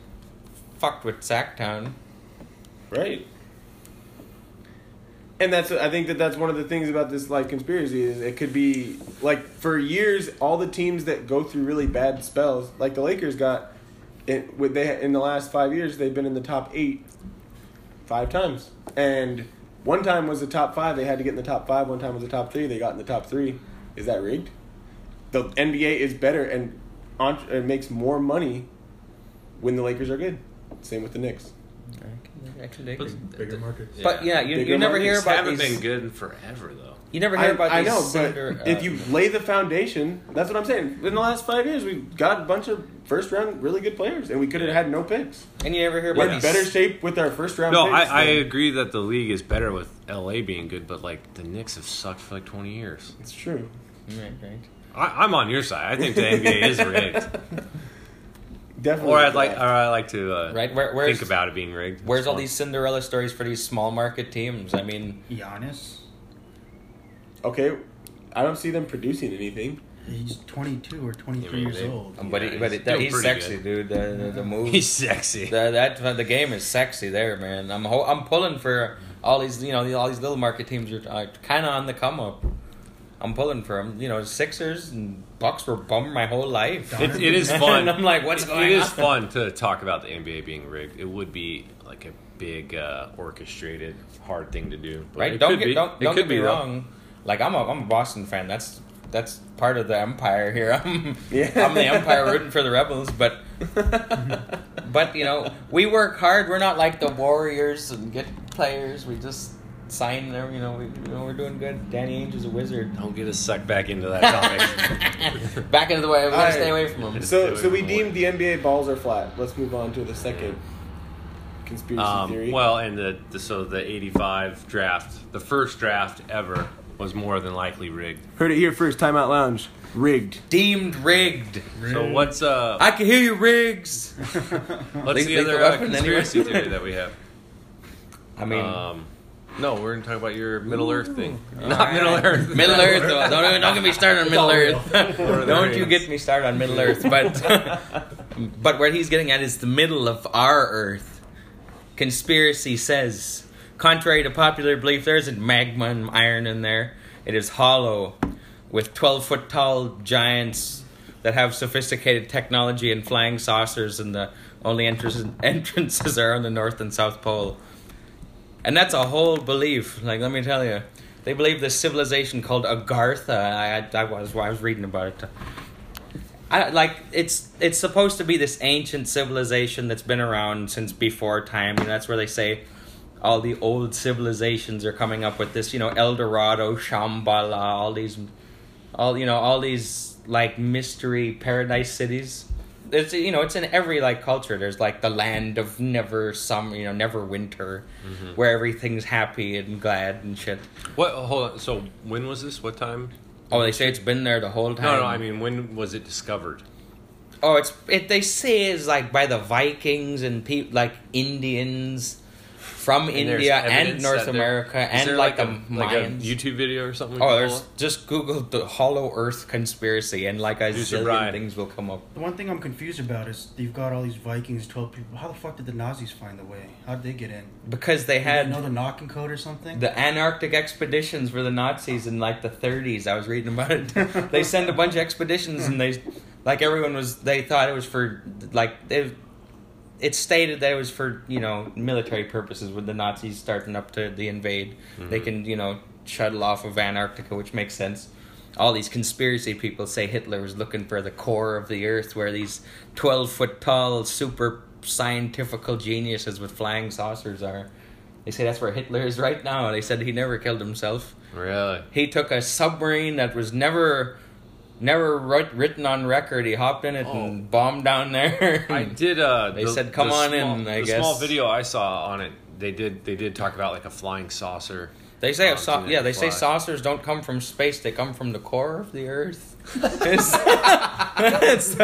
Speaker 4: fucked with Sacktown.
Speaker 2: right. And that's I think that that's one of the things about this like conspiracy is it could be like for years all the teams that go through really bad spells like the Lakers got it with they in the last five years they've been in the top eight five times, and one time was the top five. They had to get in the top five. One time was the top three. They got in the top three. Is that rigged? The NBA is better and on, it makes more money when the Lakers are good. Same with the Knicks.
Speaker 4: Actually,
Speaker 3: But,
Speaker 6: Bigger markets.
Speaker 4: But yeah, you,
Speaker 2: Bigger
Speaker 4: you never hear
Speaker 2: markets
Speaker 4: about
Speaker 3: haven't
Speaker 4: these.
Speaker 3: been good in forever though.
Speaker 4: You never
Speaker 2: I,
Speaker 4: hear about
Speaker 2: I
Speaker 4: these.
Speaker 2: know,
Speaker 4: cinder,
Speaker 2: but
Speaker 4: uh,
Speaker 2: if you lay the foundation, that's what I'm saying. In the last five years, we've got a bunch of first round really good players, and we could have had no picks.
Speaker 4: and you never hear
Speaker 2: We're
Speaker 4: about
Speaker 2: in
Speaker 4: these.
Speaker 2: better shape with our first round.
Speaker 3: No, I,
Speaker 2: picks
Speaker 3: I
Speaker 2: than-
Speaker 3: agree that the league is better with LA being good, but like the Knicks have sucked for like twenty years.
Speaker 2: It's true.
Speaker 4: Right, right.
Speaker 3: I, I'm on your side. I think the NBA is rigged,
Speaker 2: Definitely.
Speaker 3: or I'd like, or
Speaker 2: draft.
Speaker 3: I like to uh,
Speaker 4: Right, where- where's-
Speaker 3: think about it being rigged. It's
Speaker 4: Where's all
Speaker 3: fun.
Speaker 4: these Cinderella stories for these small market teams? I mean,
Speaker 5: Giannis.
Speaker 2: okay, I don't see them producing anything.
Speaker 5: He's 22 or 23
Speaker 3: I mean,
Speaker 5: years
Speaker 3: they-
Speaker 5: old.
Speaker 4: but
Speaker 3: Yeah,
Speaker 4: he, but
Speaker 3: he's
Speaker 4: it, that,
Speaker 3: doing
Speaker 4: he's
Speaker 3: pretty
Speaker 4: sexy, dude. The, the, the move.
Speaker 3: He's sexy.
Speaker 4: the, that the game is sexy there, man. I'm ho- I'm pulling for all these you know all these little market teams are uh, kind of on the come up. I'm pulling for them. You know, Sixers and Bucks were bummed my whole life.
Speaker 3: It, it is fun.
Speaker 4: And I'm like, what's
Speaker 3: It-
Speaker 4: going
Speaker 3: It is
Speaker 4: on?
Speaker 3: fun to talk about the NBA being rigged. It would be like a big uh, orchestrated hard thing to do. But
Speaker 4: right?
Speaker 3: It
Speaker 4: Don't
Speaker 3: could
Speaker 4: get
Speaker 3: be.
Speaker 4: don't,
Speaker 3: It
Speaker 4: don't
Speaker 3: could
Speaker 4: get me
Speaker 3: be, though.
Speaker 4: wrong. Like I'm a I'm a Boston fan. That's that's part of the empire here. I'm
Speaker 2: Yeah.
Speaker 4: I'm the empire rooting for the Rebels, but but you know we work hard. We're not like the Warriors and get players. We just sign them. You know we you know, we're doing good. Danny Ainge is a wizard.
Speaker 3: Don't get us sucked back into that topic.
Speaker 4: Back into the way. We gotta
Speaker 2: Alright.
Speaker 4: stay away from them.
Speaker 2: So, so we deemed the NBA balls are flat. Let's move on to the second conspiracy
Speaker 3: um,
Speaker 2: theory.
Speaker 3: well, and the, the so the '85 draft, the first draft ever, was more than likely rigged.
Speaker 2: heard it here first. Timeout Lounge rigged.
Speaker 4: Deemed rigged.
Speaker 3: So what's uh
Speaker 4: I can hear you, Riggs.
Speaker 3: what's
Speaker 4: They-
Speaker 3: the
Speaker 4: they
Speaker 3: other
Speaker 4: go
Speaker 3: uh,
Speaker 4: up and anyway.
Speaker 3: conspiracy theory that we have?
Speaker 4: I mean.
Speaker 3: Um, no, we're gonna talk about your Middle Earth thing, not
Speaker 4: Alright.
Speaker 3: Middle Earth.
Speaker 4: Middle Earth. though. Don't, don't get me started on Middle Earth.
Speaker 3: Lord of the
Speaker 4: don't you
Speaker 3: Rings.
Speaker 4: get me started on Middle Earth. But but what he's getting at is the middle of our Earth. Conspiracy says, contrary to popular belief, there isn't magma and iron in there. It is hollow, with twelve foot tall giants that have sophisticated technology and flying saucers, and the only entrances entrances are on the north and south pole. And that's a whole belief. Like, let me tell you, they believe this civilization called Agartha. I, I, I was, I was reading about it. I, like, it's it's supposed to be this ancient civilization that's been around since before time. You know, that's where they say all the old civilizations are coming up with this. You know, El Dorado, Shambhala, all these, all you know, all these like mystery paradise cities. It's you know, it's in every like culture. There's like the land of never summer, you know, never winter,
Speaker 3: Mm-hmm.
Speaker 4: where everything's happy and glad and shit.
Speaker 3: What? Hold on. So when was this? What time?
Speaker 4: Oh, they say it's been there the whole time.
Speaker 3: No, no. I mean, when was it discovered?
Speaker 4: Oh, it's it. They say is like by the Vikings and people like Indians from
Speaker 3: And there's
Speaker 4: India and
Speaker 3: evidence
Speaker 4: North
Speaker 3: that there-
Speaker 4: America
Speaker 3: Is
Speaker 4: and
Speaker 3: there,
Speaker 4: like,
Speaker 3: a,
Speaker 4: the
Speaker 3: like a
Speaker 4: Mayans.
Speaker 3: YouTube video or something. we
Speaker 4: oh,
Speaker 3: can
Speaker 4: there's
Speaker 3: pull
Speaker 4: just Google the Hollow Earth conspiracy and like a
Speaker 3: Producer
Speaker 4: zillion
Speaker 3: Brian.
Speaker 4: things will come up.
Speaker 5: The one thing I'm confused about is you've got all these Vikings, 12 people. How the fuck did the Nazis find the way? How did they get in?
Speaker 4: because they
Speaker 5: Had
Speaker 4: had
Speaker 5: another knocking code or something?
Speaker 4: the Antarctic expeditions for the Nazis in like the 30s. I was reading about it. they send a bunch of expeditions and they, like everyone was, they thought it was for like they, it stated that it was for you know military purposes. When the Nazis starting up to the invade, they can you know shuttle off of Antarctica, which makes sense. All these conspiracy people say Hitler was looking for the core of the earth, where these twelve foot tall super scientifical geniuses with flying saucers are. They say that's where Hitler is right now. They said he never killed himself.
Speaker 3: Really?
Speaker 4: He took a submarine that was never, never writ- written on record. He hopped in it and bombed down there.
Speaker 3: I did. Uh,
Speaker 4: Hmm. They said, "Come on in,"
Speaker 3: small-
Speaker 4: I
Speaker 3: the
Speaker 4: guess.
Speaker 3: small video I saw on it, they did. They did talk about like a flying saucer.
Speaker 4: They say
Speaker 3: Oh,
Speaker 4: sau-
Speaker 3: dude,
Speaker 4: yeah. They say
Speaker 3: fly.
Speaker 4: saucers don't come from space. They come from the core of the earth. It's-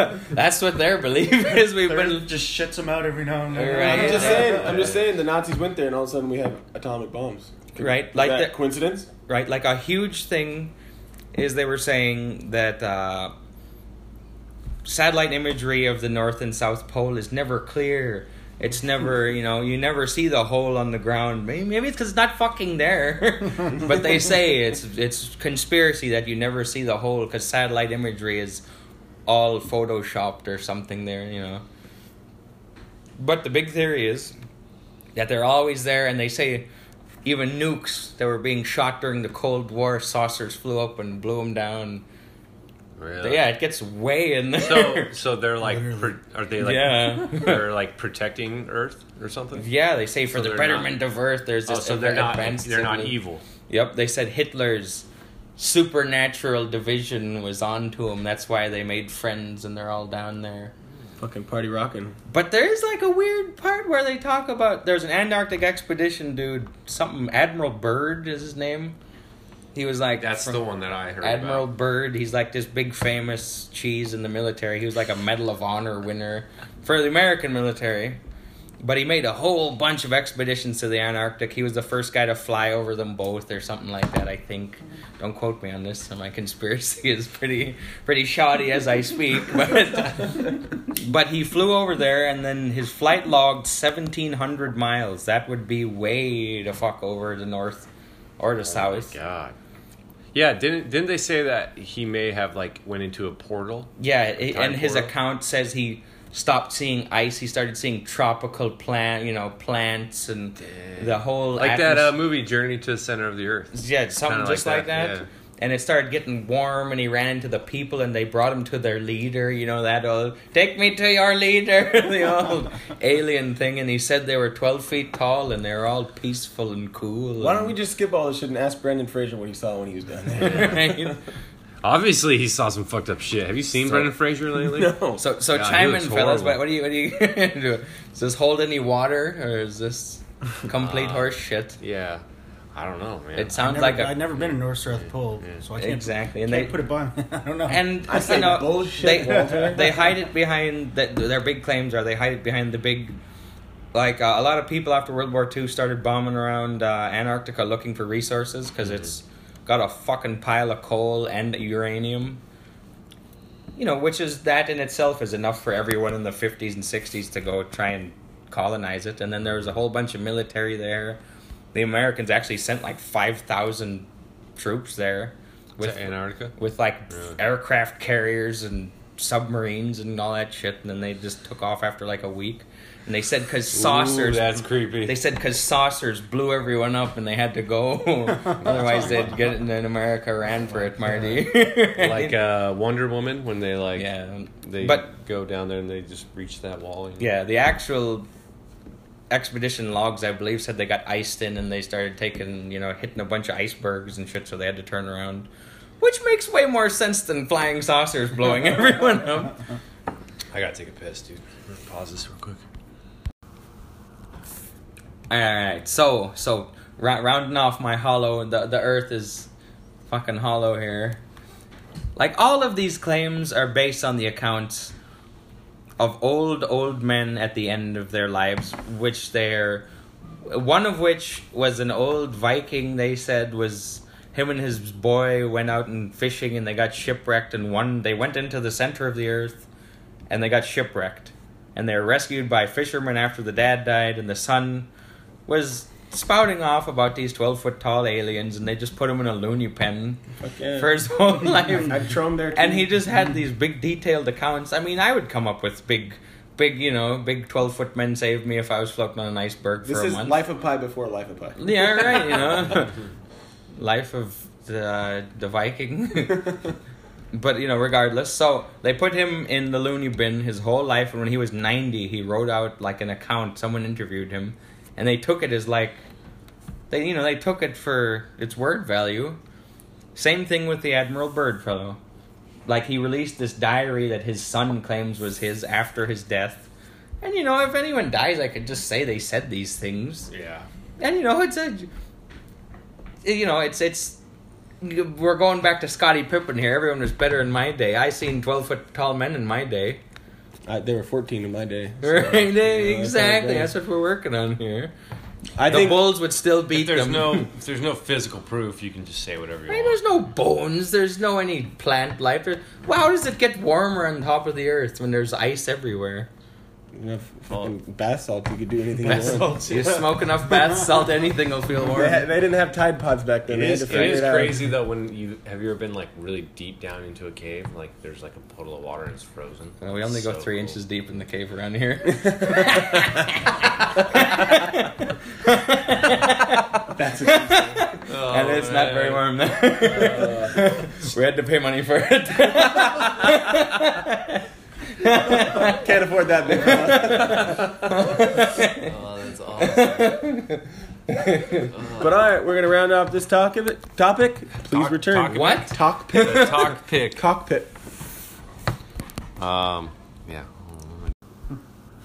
Speaker 4: that's what their belief is. We've
Speaker 5: Third
Speaker 4: been
Speaker 5: just shits them out every now and then.
Speaker 4: Right.
Speaker 2: I'm just
Speaker 4: Yeah.
Speaker 2: saying. I'm just saying. The Nazis went there, and all of a sudden we have atomic bombs.
Speaker 4: right,
Speaker 2: Like
Speaker 4: like
Speaker 2: that
Speaker 4: the-
Speaker 2: coincidence?
Speaker 4: right? Like a huge thing is they were saying that uh, satellite imagery of the North and South Pole is never clear. It's never, you know, you never see the hole on the ground. Maybe, maybe it's because it's not fucking there. but they say it's it's conspiracy that you never see the hole because satellite imagery is all photoshopped or something there, you know. But the big theory is that they're always there, and they say even nukes that were being shot during the Cold War, saucers flew up and blew them down.
Speaker 3: Really?
Speaker 4: Yeah, it gets way in
Speaker 3: So,
Speaker 4: there.
Speaker 3: so they're like, pro- are they like,
Speaker 4: Yeah.
Speaker 3: they're like protecting Earth or something?
Speaker 4: yeah, they say for
Speaker 3: So
Speaker 4: the
Speaker 3: they're
Speaker 4: betterment
Speaker 3: not-
Speaker 4: of Earth, there's
Speaker 3: Oh,
Speaker 4: this
Speaker 3: so they're not,
Speaker 4: advanced
Speaker 3: they're not
Speaker 4: civili-
Speaker 3: evil.
Speaker 4: Yep, they said Hitler's supernatural division was onto him. That's why they made friends, and they're all down there.
Speaker 2: Fucking party rocking.
Speaker 4: But there's like a weird part where they talk about there's an Antarctic expedition dude, something Admiral Byrd is his name. He was like
Speaker 3: That's
Speaker 4: from
Speaker 3: the one that I heard
Speaker 4: Admiral
Speaker 3: about.
Speaker 4: Byrd. He's like this big famous cheese in the military. He was like a Medal of Honor winner for the American military. But he made a whole bunch of expeditions to the Antarctic. He was the first guy to fly over them both, or something like that. I think. Don't quote me on this. My conspiracy is pretty pretty shoddy as I speak, but but he flew over there, and then his flight logged seventeen hundred miles. That would be way to fuck over the north or the south.
Speaker 3: Oh God. Yeah, didn't didn't they say that he may have like went into a portal?
Speaker 4: Yeah, it,
Speaker 3: Time
Speaker 4: and his
Speaker 3: portal.
Speaker 4: account says he stopped seeing ice. He started seeing tropical plant, you know, plants and the whole
Speaker 3: Like that uh,
Speaker 4: atmos-
Speaker 3: movie Journey to the Center of the Earth.
Speaker 4: yeah, something
Speaker 3: kinda
Speaker 4: just like that.
Speaker 3: yeah.
Speaker 4: And it started getting warm, and he ran into the people, and they brought him to their leader. You know that old "Take me to your leader," the old alien thing. And he said they were twelve feet tall, and they're all peaceful and cool.
Speaker 2: Why don't we just skip all this shit and ask Brendan Fraser what he saw when he was down there?
Speaker 4: just?
Speaker 3: Obviously, he saw some fucked up shit. Have you seen
Speaker 4: So-
Speaker 3: Brendan Fraser lately?
Speaker 2: no.
Speaker 4: So so
Speaker 3: Yeah, he
Speaker 4: chime in,
Speaker 3: looks
Speaker 4: fellas.
Speaker 3: horrible.
Speaker 4: But what do you what do you do? Does this hold any water, or is this complete horse shit?
Speaker 3: Yeah, I don't know, man.
Speaker 4: It
Speaker 5: I've
Speaker 4: sounds
Speaker 5: never,
Speaker 4: like
Speaker 5: I've
Speaker 4: a
Speaker 5: never been to North South Pole, so I can't
Speaker 4: exactly, and
Speaker 5: Can't
Speaker 4: they
Speaker 5: put it by. I don't know.
Speaker 4: and
Speaker 2: I say
Speaker 4: you know,
Speaker 2: bullshit,
Speaker 4: they
Speaker 2: Walter.
Speaker 4: they hide it behind that their big claims are they hide it behind the big. Like uh, a lot of people after World War II started bombing around uh, Antarctica looking for resources because it's got a fucking pile of coal and uranium. You know, which is that in itself is enough for everyone in the 50s and 60s to go try and colonize it. And then there was a whole bunch of military there. The Americans actually sent like 5,000 troops there
Speaker 3: with Antarctica.
Speaker 4: with like aircraft carriers and submarines and all that shit and then they just took off after like a week and they said because saucers
Speaker 3: creepy.
Speaker 4: they said because saucers blew everyone up and they had to go otherwise they'd get it and then america ran for it marty
Speaker 3: like uh, Wonder Woman when they like
Speaker 4: yeah
Speaker 3: they
Speaker 4: but
Speaker 3: go down there and they just reach that wall. you know?
Speaker 4: yeah the actual expedition logs i believe said they got iced in and they started taking you know hitting a bunch of icebergs and shit so they had to turn around which makes way more sense than flying saucers blowing everyone up
Speaker 3: I gotta take a piss, dude. I'm gonna Pause this real quick.
Speaker 4: All right, so so ra- rounding off my hollow, the the Earth is fucking hollow here. Like all of these claims are based on the accounts of old old men at the end of their lives, which they're one of which was an old Viking. They said was him and his boy went out and fishing and they got shipwrecked and one they went into the center of the earth and they got shipwrecked and they were rescued by fishermen after the dad died and the son was spouting off about these 12 foot tall aliens and they just put him in a loony pen
Speaker 2: Fuck yeah.
Speaker 4: for his whole
Speaker 2: I
Speaker 4: life
Speaker 2: tromed there. Too.
Speaker 4: and he just had these big detailed accounts i mean i would come up with big big you know big 12 foot men saved me if i was floating on an iceberg for
Speaker 2: This
Speaker 4: a
Speaker 2: is
Speaker 4: month
Speaker 2: Life of Pi before Life of Pi.
Speaker 4: yeah, right. You know, life of the the Viking. but you know, regardless, so they put him in the loony bin his whole life, and when he was ninety, he wrote out like an account. Someone interviewed him, and they took it as like, they you know they took it for its word value. Same thing with the Admiral Byrd fellow. Like he released this diary that his son claims was his after his death. And you know, if anyone dies, I could just say they said these things
Speaker 3: Yeah.
Speaker 4: and you know it's a you know it's it's we're going back to Scottie Pippen here. Everyone was better in my day. I seen twelve foot tall men in my day.
Speaker 2: I, Uh, they were 14 in my day. so,
Speaker 4: Right?
Speaker 2: you know, that's how it
Speaker 4: exactly.
Speaker 2: goes.
Speaker 4: That's what we're working on here.
Speaker 2: I
Speaker 4: the
Speaker 2: think
Speaker 4: Bulls would still beat
Speaker 3: If there's
Speaker 4: them.
Speaker 3: no if there's no physical proof, you can just say whatever you
Speaker 4: I mean,
Speaker 3: want.
Speaker 4: there's no bones. There's no any plant life. There, well, how does it get warmer on top of the earth when there's ice everywhere?
Speaker 2: enough fucking bath salt, you could do anything
Speaker 3: Bath
Speaker 2: you want.
Speaker 3: salts.
Speaker 4: You smoke enough bath salt, anything will feel warm.
Speaker 2: They, ha- they didn't have Tide Pods back then.
Speaker 3: It
Speaker 2: They had
Speaker 3: is,
Speaker 2: to
Speaker 3: it
Speaker 2: figure
Speaker 3: is
Speaker 2: it out.
Speaker 3: crazy though when you have you ever been like really deep down into a cave like there's like a puddle of water and it's frozen.
Speaker 4: Uh, we only
Speaker 3: It's
Speaker 4: go
Speaker 3: so
Speaker 4: three
Speaker 3: cool.
Speaker 4: inches deep in the cave around here.
Speaker 2: That's a,
Speaker 4: and it's not
Speaker 7: Oh,
Speaker 4: very warm there. we had to pay money for it.
Speaker 2: can't afford that big. house.
Speaker 3: Oh, that's awesome.
Speaker 2: But all right, we're gonna round off this talk of it, topic. Please
Speaker 3: Talk-
Speaker 2: return.
Speaker 3: talk-
Speaker 4: what?
Speaker 2: Talk pit.
Speaker 3: The talk pick.
Speaker 2: Cockpit.
Speaker 3: Um, yeah.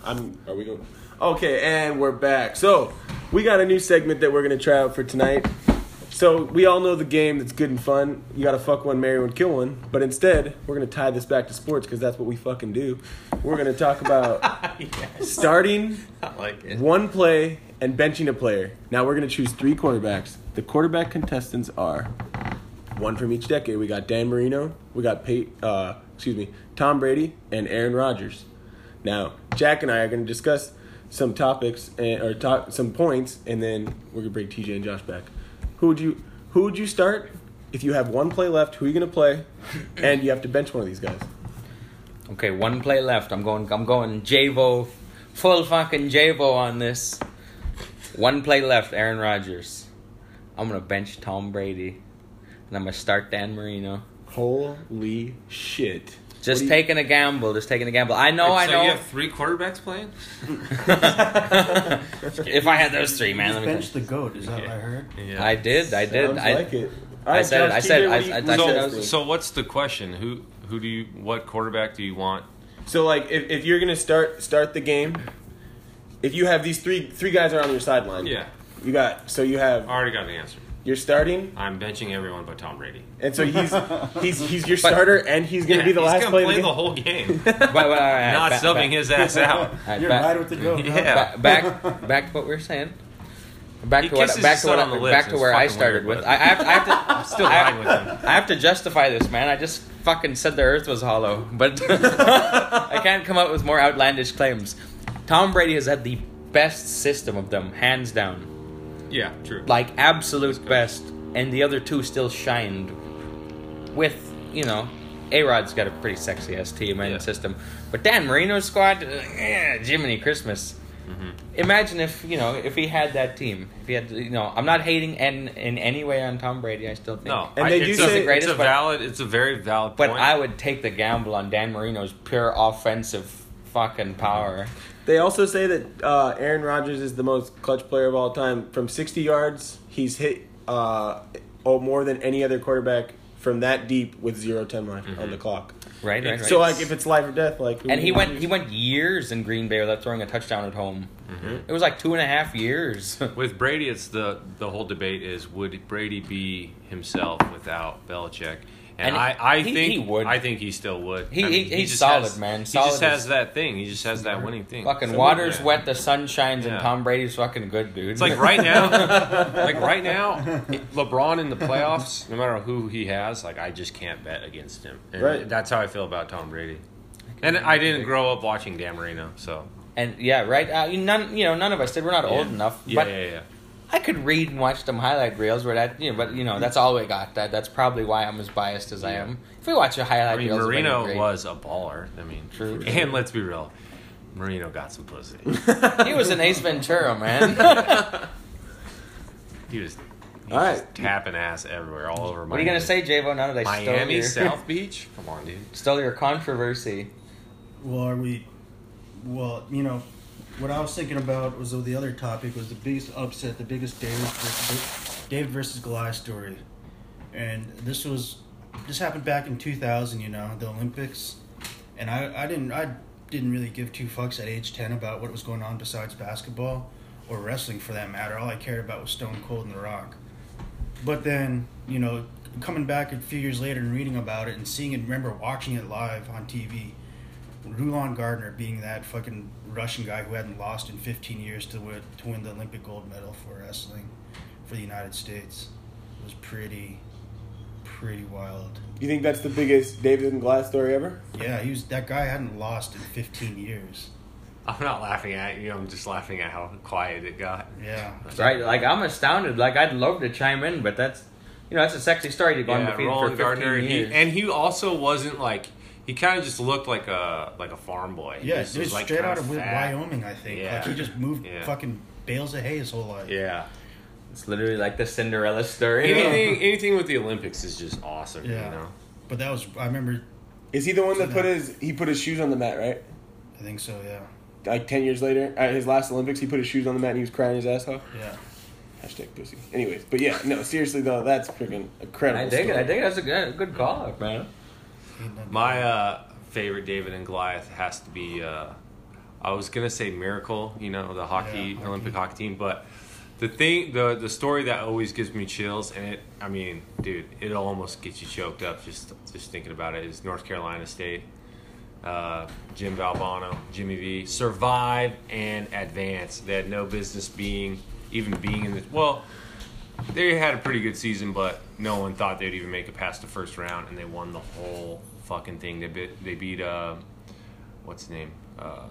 Speaker 2: I'm. Are we going? Okay, and we're back. So we got a new segment that we're gonna try out for tonight. So we all know the game that's good and fun. You gotta fuck one, marry one, kill one. But instead, we're gonna tie this back to sports because that's what we fucking do. We're gonna talk about starting
Speaker 4: I like it.
Speaker 2: one play and benching a player. Now we're gonna choose three quarterbacks. The quarterback contestants are one from each decade. We got Dan Marino, we got Pate, uh, excuse me, Tom Brady, and Aaron Rodgers. Now Jack and I are gonna discuss some topics and, or talk some points, and then we're gonna bring TJ and Josh back. Who would you Who would you start if you have one play left? Who are you gonna play? And you have to bench one of these guys.
Speaker 4: Okay, one play left. I'm going. I'm going. Javo, full fucking Javo on this. One play left. Aaron Rodgers. I'm gonna bench Tom Brady, and I'm gonna start Dan Marino.
Speaker 2: Holy shit!
Speaker 4: Just
Speaker 2: What do you-
Speaker 4: taking a gamble. Just taking a gamble. I know. I
Speaker 7: so
Speaker 4: know.
Speaker 7: you have three quarterbacks playing?
Speaker 4: if I had those three, man,
Speaker 5: Just
Speaker 4: let me.
Speaker 5: bench the goat. Is that what I heard?
Speaker 7: Yeah.
Speaker 4: I did. I did.
Speaker 2: Sounds
Speaker 4: I
Speaker 2: like it.
Speaker 4: I said it, I said it, I- I- I said it, I
Speaker 7: so,
Speaker 4: was-
Speaker 7: so what's the question? Who who do you what quarterback do you want?
Speaker 2: So like if, if you're gonna start start the game, if you have these three three guys are on your sideline.
Speaker 7: Yeah.
Speaker 2: You got so you have
Speaker 7: I already got the answer.
Speaker 2: you're starting
Speaker 7: I'm benching everyone but Tom Brady.
Speaker 2: and so he's he's he's your starter and he's gonna be the
Speaker 7: he's
Speaker 2: last
Speaker 7: gonna
Speaker 2: play. of
Speaker 7: play
Speaker 2: the
Speaker 7: the
Speaker 2: game.
Speaker 7: whole game.
Speaker 4: But, but, all right,
Speaker 7: not
Speaker 4: back-
Speaker 7: subbing
Speaker 4: back-
Speaker 7: his ass out.
Speaker 4: right,
Speaker 5: You're
Speaker 4: back-
Speaker 5: right with the goat. huh?
Speaker 7: Yeah.
Speaker 4: Ba- back back to what we were saying. Back
Speaker 7: He
Speaker 4: to what
Speaker 7: kisses
Speaker 4: back
Speaker 7: his
Speaker 4: to what
Speaker 7: son on the
Speaker 4: I,
Speaker 7: lips.
Speaker 4: back to
Speaker 7: It's
Speaker 4: where I
Speaker 7: fucking
Speaker 4: started
Speaker 7: weird,
Speaker 4: with.
Speaker 7: but-
Speaker 4: I, I, have, I have to
Speaker 7: I'm still
Speaker 4: I-
Speaker 7: riding with him.
Speaker 4: I have to justify this, man. I just fucking said the earth was hollow, but I can't come up with more outlandish claims. Tom Brady has had the best system of them, hands down.
Speaker 7: Yeah, true.
Speaker 4: Like, absolute best. And the other two still shined with, you know, A Rod's got a pretty sexy ass team and
Speaker 7: Yeah.
Speaker 4: system. But Dan Marino's squad, eh, Jiminy Christmas.
Speaker 7: Mm-hmm.
Speaker 4: Imagine if, you know, if he had that team. If he had, you know, I'm not hating in, in any way on Tom Brady. I still think.
Speaker 7: No,
Speaker 2: And
Speaker 7: I-
Speaker 2: they do
Speaker 7: it's,
Speaker 2: say-
Speaker 7: a, it's
Speaker 4: greatest,
Speaker 7: a
Speaker 4: but-
Speaker 7: valid. It's a very valid
Speaker 4: But
Speaker 7: point.
Speaker 4: I would take the gamble on Dan Marino's pure offensive fucking power.
Speaker 2: They also say that uh, Aaron Rodgers is the most clutch player of all time. From 60 yards, he's hit uh, oh more than any other quarterback from that deep with zero time left on the clock.
Speaker 4: Right, right, right.
Speaker 2: So like if it's life or death, like who
Speaker 4: and he
Speaker 2: would
Speaker 4: went
Speaker 2: you-
Speaker 4: he went years in Green Bay without throwing a touchdown at home.
Speaker 7: Mm-hmm.
Speaker 4: It was like two and a half years.
Speaker 7: With Brady, it's the the whole debate is would Brady be himself without Belichick? And,
Speaker 4: And
Speaker 7: I, I
Speaker 4: he-
Speaker 7: think
Speaker 4: he would.
Speaker 7: I think he still would.
Speaker 4: He-
Speaker 7: I
Speaker 4: he- he's
Speaker 7: just
Speaker 4: solid,
Speaker 7: has-
Speaker 4: man.
Speaker 7: He
Speaker 4: Solid
Speaker 7: just
Speaker 4: is-
Speaker 7: has that thing. He just has that winning thing.
Speaker 4: fucking
Speaker 7: So,
Speaker 4: water's
Speaker 7: yeah.
Speaker 4: wet, the sun shines,
Speaker 7: Yeah.
Speaker 4: and Tom Brady's fucking good, dude.
Speaker 7: It's like right now, like right now, LeBron in the playoffs. No matter who he has, like I just can't bet against him. And
Speaker 2: Right.
Speaker 7: That's how I feel about Tom Brady. And I didn't grow up watching Dan Marino, so
Speaker 4: and yeah, right. Uh, you- none, you know, none of us did. We're not old
Speaker 7: Yeah.
Speaker 4: enough.
Speaker 7: Yeah,
Speaker 4: but
Speaker 7: yeah, yeah.
Speaker 4: I could read and watch them highlight reels where that, you know, but you know, that's all we got. That that's probably why I'm as biased as I am. If we watch a highlight
Speaker 7: I mean,
Speaker 4: reels, of any
Speaker 7: Marino
Speaker 4: great-
Speaker 7: was a baller. I mean,
Speaker 4: True.
Speaker 7: And let's be real, Marino got some pussy.
Speaker 4: he was an Ace Ventura, man.
Speaker 7: He was, he
Speaker 2: All
Speaker 7: was
Speaker 2: right.
Speaker 7: just tapping ass everywhere, all over.
Speaker 4: What are you gonna say, Javo? Now that I stole
Speaker 7: Miami,
Speaker 4: your,
Speaker 7: South Beach. Come on, dude.
Speaker 4: stole your controversy.
Speaker 5: Well, are we? Well, you know, what I was thinking about was the other topic was the biggest upset, the biggest David versus, David versus Goliath story, and this was this happened back in 2000. You know, the Olympics, and I I didn't I didn't really give two fucks at age 10 about what was going on besides basketball or wrestling for that matter. All I cared about was Stone Cold and The Rock. But then, you know, coming back a few years later and reading about it and seeing and remember watching it live on TV. Rulon Gardner being that fucking Russian guy who hadn't lost in 15 years to win, to win the Olympic gold medal for wrestling for the United States was pretty, pretty wild.
Speaker 2: You think that's the biggest David and Glass story ever?
Speaker 5: Yeah, he was that guy hadn't lost in 15 years.
Speaker 3: I'm not laughing at you. I'm just laughing at how quiet it got.
Speaker 5: Yeah.
Speaker 4: Right? Like I'm astounded. Like I'd love to chime in, but that's you know that's a sexy story to go
Speaker 3: Yeah,
Speaker 4: undefeated for
Speaker 3: Roland
Speaker 4: 15
Speaker 3: Gardner, he,
Speaker 4: years.
Speaker 3: and he also wasn't like he kind of just looked like a like a farm boy. He
Speaker 5: Yeah,
Speaker 3: just
Speaker 5: dude,
Speaker 3: was, like,
Speaker 5: straight
Speaker 3: kinda
Speaker 5: out of
Speaker 3: fat.
Speaker 5: Wyoming, I think.
Speaker 3: Yeah.
Speaker 5: Like he just moved
Speaker 3: Yeah.
Speaker 5: fucking bales of hay his whole life.
Speaker 3: Yeah,
Speaker 4: it's literally like the Cinderella story.
Speaker 3: anything anything with the Olympics is just awesome.
Speaker 5: Yeah.
Speaker 3: you know.
Speaker 5: But that was I remember
Speaker 2: Is he the one that
Speaker 5: No.
Speaker 2: put his he put his shoes on the mat, right?
Speaker 5: I think so, yeah.
Speaker 2: Like ten years later, at his last Olympics, he put his shoes on the mat and he was crying his ass off.
Speaker 5: Yeah.
Speaker 2: Hashtag pussy. Anyways, but yeah, no, seriously though, that's freaking incredible.
Speaker 4: I dig it.
Speaker 2: story.
Speaker 4: I dig it. That's a good, good call, man.
Speaker 3: My uh, favorite David and Goliath has to be. Uh, I was gonna say Miracle, you know, the hockey
Speaker 5: Yeah,
Speaker 3: Olympic hockey team, but the thing, the the story that always gives me chills, and it, I mean, dude, it almost gets you choked up just just thinking about it. Is North Carolina State, uh, Jim Valvano, Jimmy V survive and advance. They had no business being even being in the well. They had a pretty good season, but no one thought they'd even make it past the first round, and they won the whole fucking thing. They beat they beat uh, what's his name? Uh,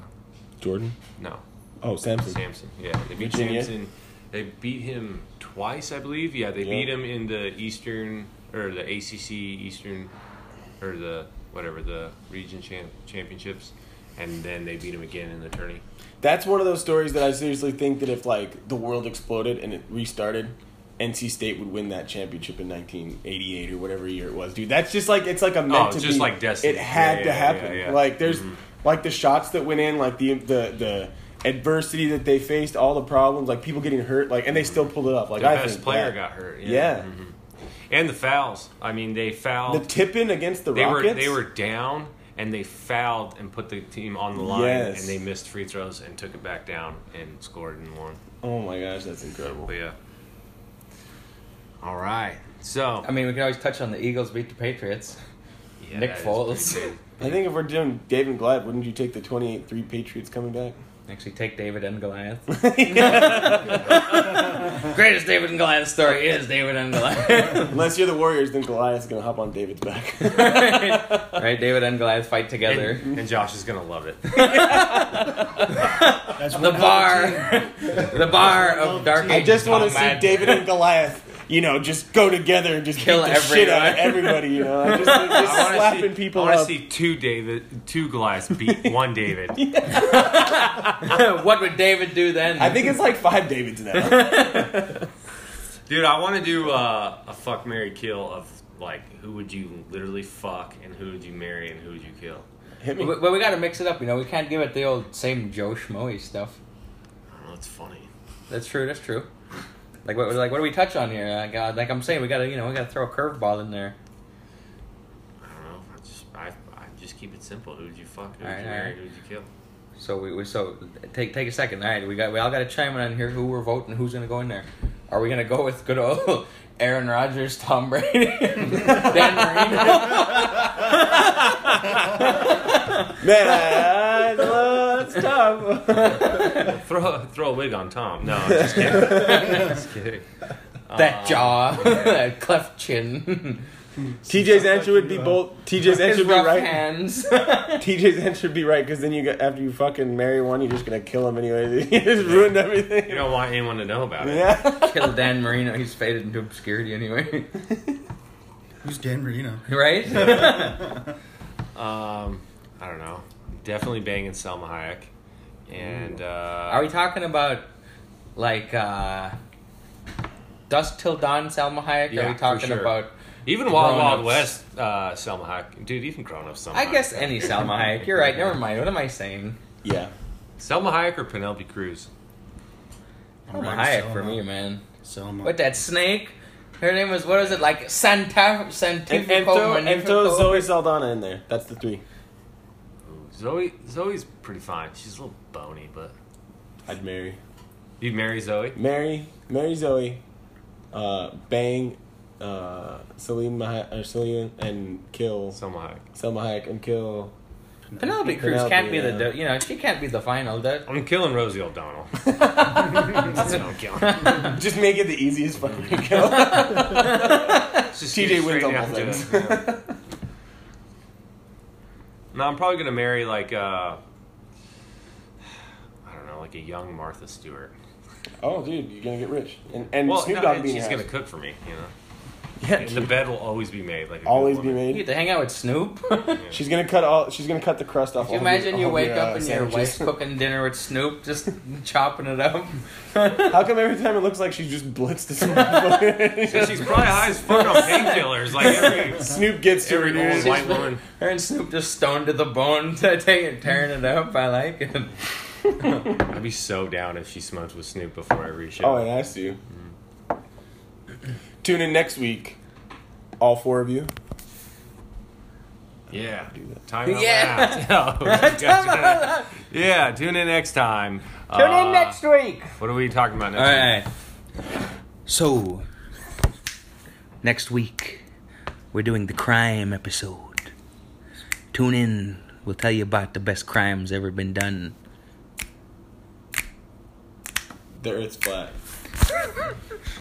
Speaker 2: Jordan.
Speaker 3: no,
Speaker 2: Oh, Samson.
Speaker 3: Samson. Yeah, they beat
Speaker 2: Virginia?
Speaker 3: Samson. They beat him twice, I believe. Yeah, they
Speaker 2: Yeah.
Speaker 3: beat him in the Eastern or the ACC Eastern or the whatever the region champ, championships, and then they beat him again in the tourney.
Speaker 2: That's one of those stories that I seriously think that if like the world exploded and it restarted, NC State would win that championship in 1988 or whatever year it was, dude. That's just like it's like a meant
Speaker 3: Oh, it's
Speaker 2: to
Speaker 3: just
Speaker 2: be.
Speaker 3: like destiny.
Speaker 2: It had
Speaker 3: Yeah,
Speaker 2: to
Speaker 3: yeah,
Speaker 2: happen.
Speaker 3: yeah, Mm-hmm. yeah.
Speaker 2: Like there's like the shots that went in, like the the the adversity that they faced, all the problems, like people getting hurt, like and they still pulled it off. Like
Speaker 3: Mm-hmm. The
Speaker 2: I
Speaker 3: best
Speaker 2: think
Speaker 3: player
Speaker 2: that-
Speaker 3: got hurt. Yeah.
Speaker 2: Yeah,
Speaker 3: Mhm. And the fouls. I mean, they
Speaker 2: the
Speaker 3: fouled.
Speaker 2: tip in against the
Speaker 3: they
Speaker 2: Rockets.
Speaker 3: were they were down. And they fouled and put the team on the line,
Speaker 2: Yes.
Speaker 3: and they missed free throws and took it back down and scored and won.
Speaker 2: Oh my gosh, that's incredible.
Speaker 3: But yeah. All right. So
Speaker 4: I mean, we can always touch on the Eagles beat the Patriots.
Speaker 3: Yeah,
Speaker 4: Nick
Speaker 3: that is
Speaker 4: Foles.
Speaker 3: pretty big.
Speaker 2: I think if we're doing Dave and Glad, wouldn't you take the 28-3 Patriots coming back?
Speaker 4: Actually, take David and Goliath. Greatest David and Goliath story is David and Goliath.
Speaker 2: Unless you're the Warriors, then Goliath's gonna hop on David's back.
Speaker 4: right? David and Goliath fight together.
Speaker 3: And, and Josh is gonna love it.
Speaker 5: That's
Speaker 4: the
Speaker 5: one hell of a
Speaker 4: bar,
Speaker 5: team.
Speaker 4: the bar of dark. Oh,
Speaker 2: I just want to see
Speaker 4: combat.
Speaker 2: David and Goliath, you know, just go together and just
Speaker 4: Kill
Speaker 2: kill the shit out of
Speaker 4: everyone.
Speaker 2: everybody. You know, Like, just, just
Speaker 3: I wanna
Speaker 2: slapping
Speaker 3: see,
Speaker 2: people
Speaker 3: I wanna
Speaker 2: up.
Speaker 3: see two David, two Goliaths beat one David.
Speaker 4: what would David do then?
Speaker 2: I think it's like five Davids now.
Speaker 3: Dude, I want to do uh, a fuck Mary kill of like who would you literally fuck and who would you marry and who would you kill.
Speaker 2: Hit me.
Speaker 4: But, but we got to mix it up, you know. We can't give it the old same Joe Schmoey stuff.
Speaker 3: I don't know. It's funny.
Speaker 4: That's true. That's true. Like what? Like what do we touch on here? Like, uh, like I'm saying, we gotta you know we gotta throw a curveball in there.
Speaker 3: I don't know. I just I, I just keep it simple. Who would you fuck? Who would
Speaker 4: Alright,
Speaker 3: you marry?
Speaker 4: alright.
Speaker 3: Who would you kill?
Speaker 4: So we, we so take take a second. All right, we got we all got to chime in on here who we're voting, who's gonna go in there. Are we gonna go with good old Aaron Rodgers, Tom Brady, Dan Marino?
Speaker 2: Man, I love stuff.
Speaker 3: Throw throw a wig on Tom. No, I'm just kidding. just kidding.
Speaker 4: that jaw, that cleft chin,
Speaker 2: TJ's answer would be both. TJ's answer
Speaker 4: his
Speaker 2: would be
Speaker 4: rough
Speaker 2: right.
Speaker 4: hands.
Speaker 2: TJ's answer would be right because then you got after you fucking marry one, you're just gonna kill him anyway. You just ruined
Speaker 3: You
Speaker 2: everything.
Speaker 3: don't want anyone to know about it.
Speaker 2: Yeah.
Speaker 4: Kill Dan Marino. He's faded into obscurity anyway,
Speaker 5: Who's Dan Marino?
Speaker 4: right?
Speaker 3: Um, I don't know. Definitely banging Selma Hayek. And uh,
Speaker 4: Are we talking about like uh dusk till dawn, Salma Hayek?
Speaker 3: Yeah,
Speaker 4: Are we
Speaker 3: for
Speaker 4: talking
Speaker 3: sure.
Speaker 4: about?
Speaker 3: even Wild Wild
Speaker 4: Grown-ups.
Speaker 3: West, uh, Selma Hayek, dude, even grown up Selma.
Speaker 4: I
Speaker 3: Hayek.
Speaker 4: guess any Salma Hayek. You're right. Never mind. What am I saying?
Speaker 2: Yeah.
Speaker 3: Selma Hayek or Penelope Cruz.
Speaker 4: Salma
Speaker 5: Right,
Speaker 4: Hayek
Speaker 5: Selma.
Speaker 4: for me, man.
Speaker 5: Selma.
Speaker 4: What that snake? Her name was what is it like Santa
Speaker 2: And,
Speaker 4: Santifico
Speaker 2: and, throw, and throw
Speaker 4: Magnifico?
Speaker 2: Zoe Saldana in there. That's the three.
Speaker 3: Zoe, Zoe's pretty fine. She's a little bony, but
Speaker 2: I'd marry.
Speaker 3: you'd marry Zoe.
Speaker 2: Mary, Mary Zoe, uh, bang, uh, Celine, Mah- or Celine, and kill
Speaker 3: Selma Hayek.
Speaker 2: Selma Hayek and kill.
Speaker 4: Penelope Cruz
Speaker 2: Penelope,
Speaker 4: can't be
Speaker 2: yeah.
Speaker 4: the you know she can't be the final. That
Speaker 3: I'm killing Rosie O'Donnell. That's what I'm killing.
Speaker 2: Just make it the easiest fucking to kill.
Speaker 3: Let's just
Speaker 2: TJ
Speaker 3: get
Speaker 2: wins
Speaker 3: straight
Speaker 2: on
Speaker 3: down
Speaker 2: both
Speaker 3: to
Speaker 2: ends.
Speaker 3: it, yeah. No, I'm probably gonna marry like uh like a young Martha Stewart.
Speaker 2: Oh, dude, you're gonna get rich. And, and
Speaker 3: Well,
Speaker 2: Snoop
Speaker 3: no,
Speaker 2: Dogg
Speaker 3: and
Speaker 2: being
Speaker 3: she's
Speaker 2: house.
Speaker 3: gonna cook for me. You know,
Speaker 2: yeah,
Speaker 3: the
Speaker 2: dude,
Speaker 3: bed will always be made. Like a good
Speaker 2: always be
Speaker 3: woman.
Speaker 4: You
Speaker 2: made.
Speaker 4: get to hang out with Snoop.
Speaker 2: She's gonna cut all. She's gonna cut the crust off.
Speaker 4: Can you
Speaker 2: all of your-
Speaker 4: imagine
Speaker 2: all
Speaker 4: you
Speaker 2: of
Speaker 4: wake
Speaker 2: your,
Speaker 4: up
Speaker 2: uh,
Speaker 4: and your wife's
Speaker 2: sandwiches?
Speaker 4: cooking dinner with Snoop, just chopping it up?
Speaker 2: How come every time it looks like she's just blitzed? this
Speaker 3: So she's probably high as fuck on painkillers. Like every
Speaker 2: Snoop gets to her,
Speaker 3: every old
Speaker 2: dude.
Speaker 3: white woman.
Speaker 4: Her and Snoop just stoned to the bone, to take it, tearing it up. I like it.
Speaker 3: I'd be so down if she smoked with Snoop before every show.
Speaker 2: Oh, and I see you. Tune in next week, all four of you.
Speaker 3: Yeah. Time out
Speaker 4: Yeah.
Speaker 3: loud. yeah. Tune in next time. Tune in next week. What are we talking about next
Speaker 4: All right. So, next week, we're doing the crime episode. Tune in. We'll tell you about the best crimes ever been done.
Speaker 2: The Earth's flat.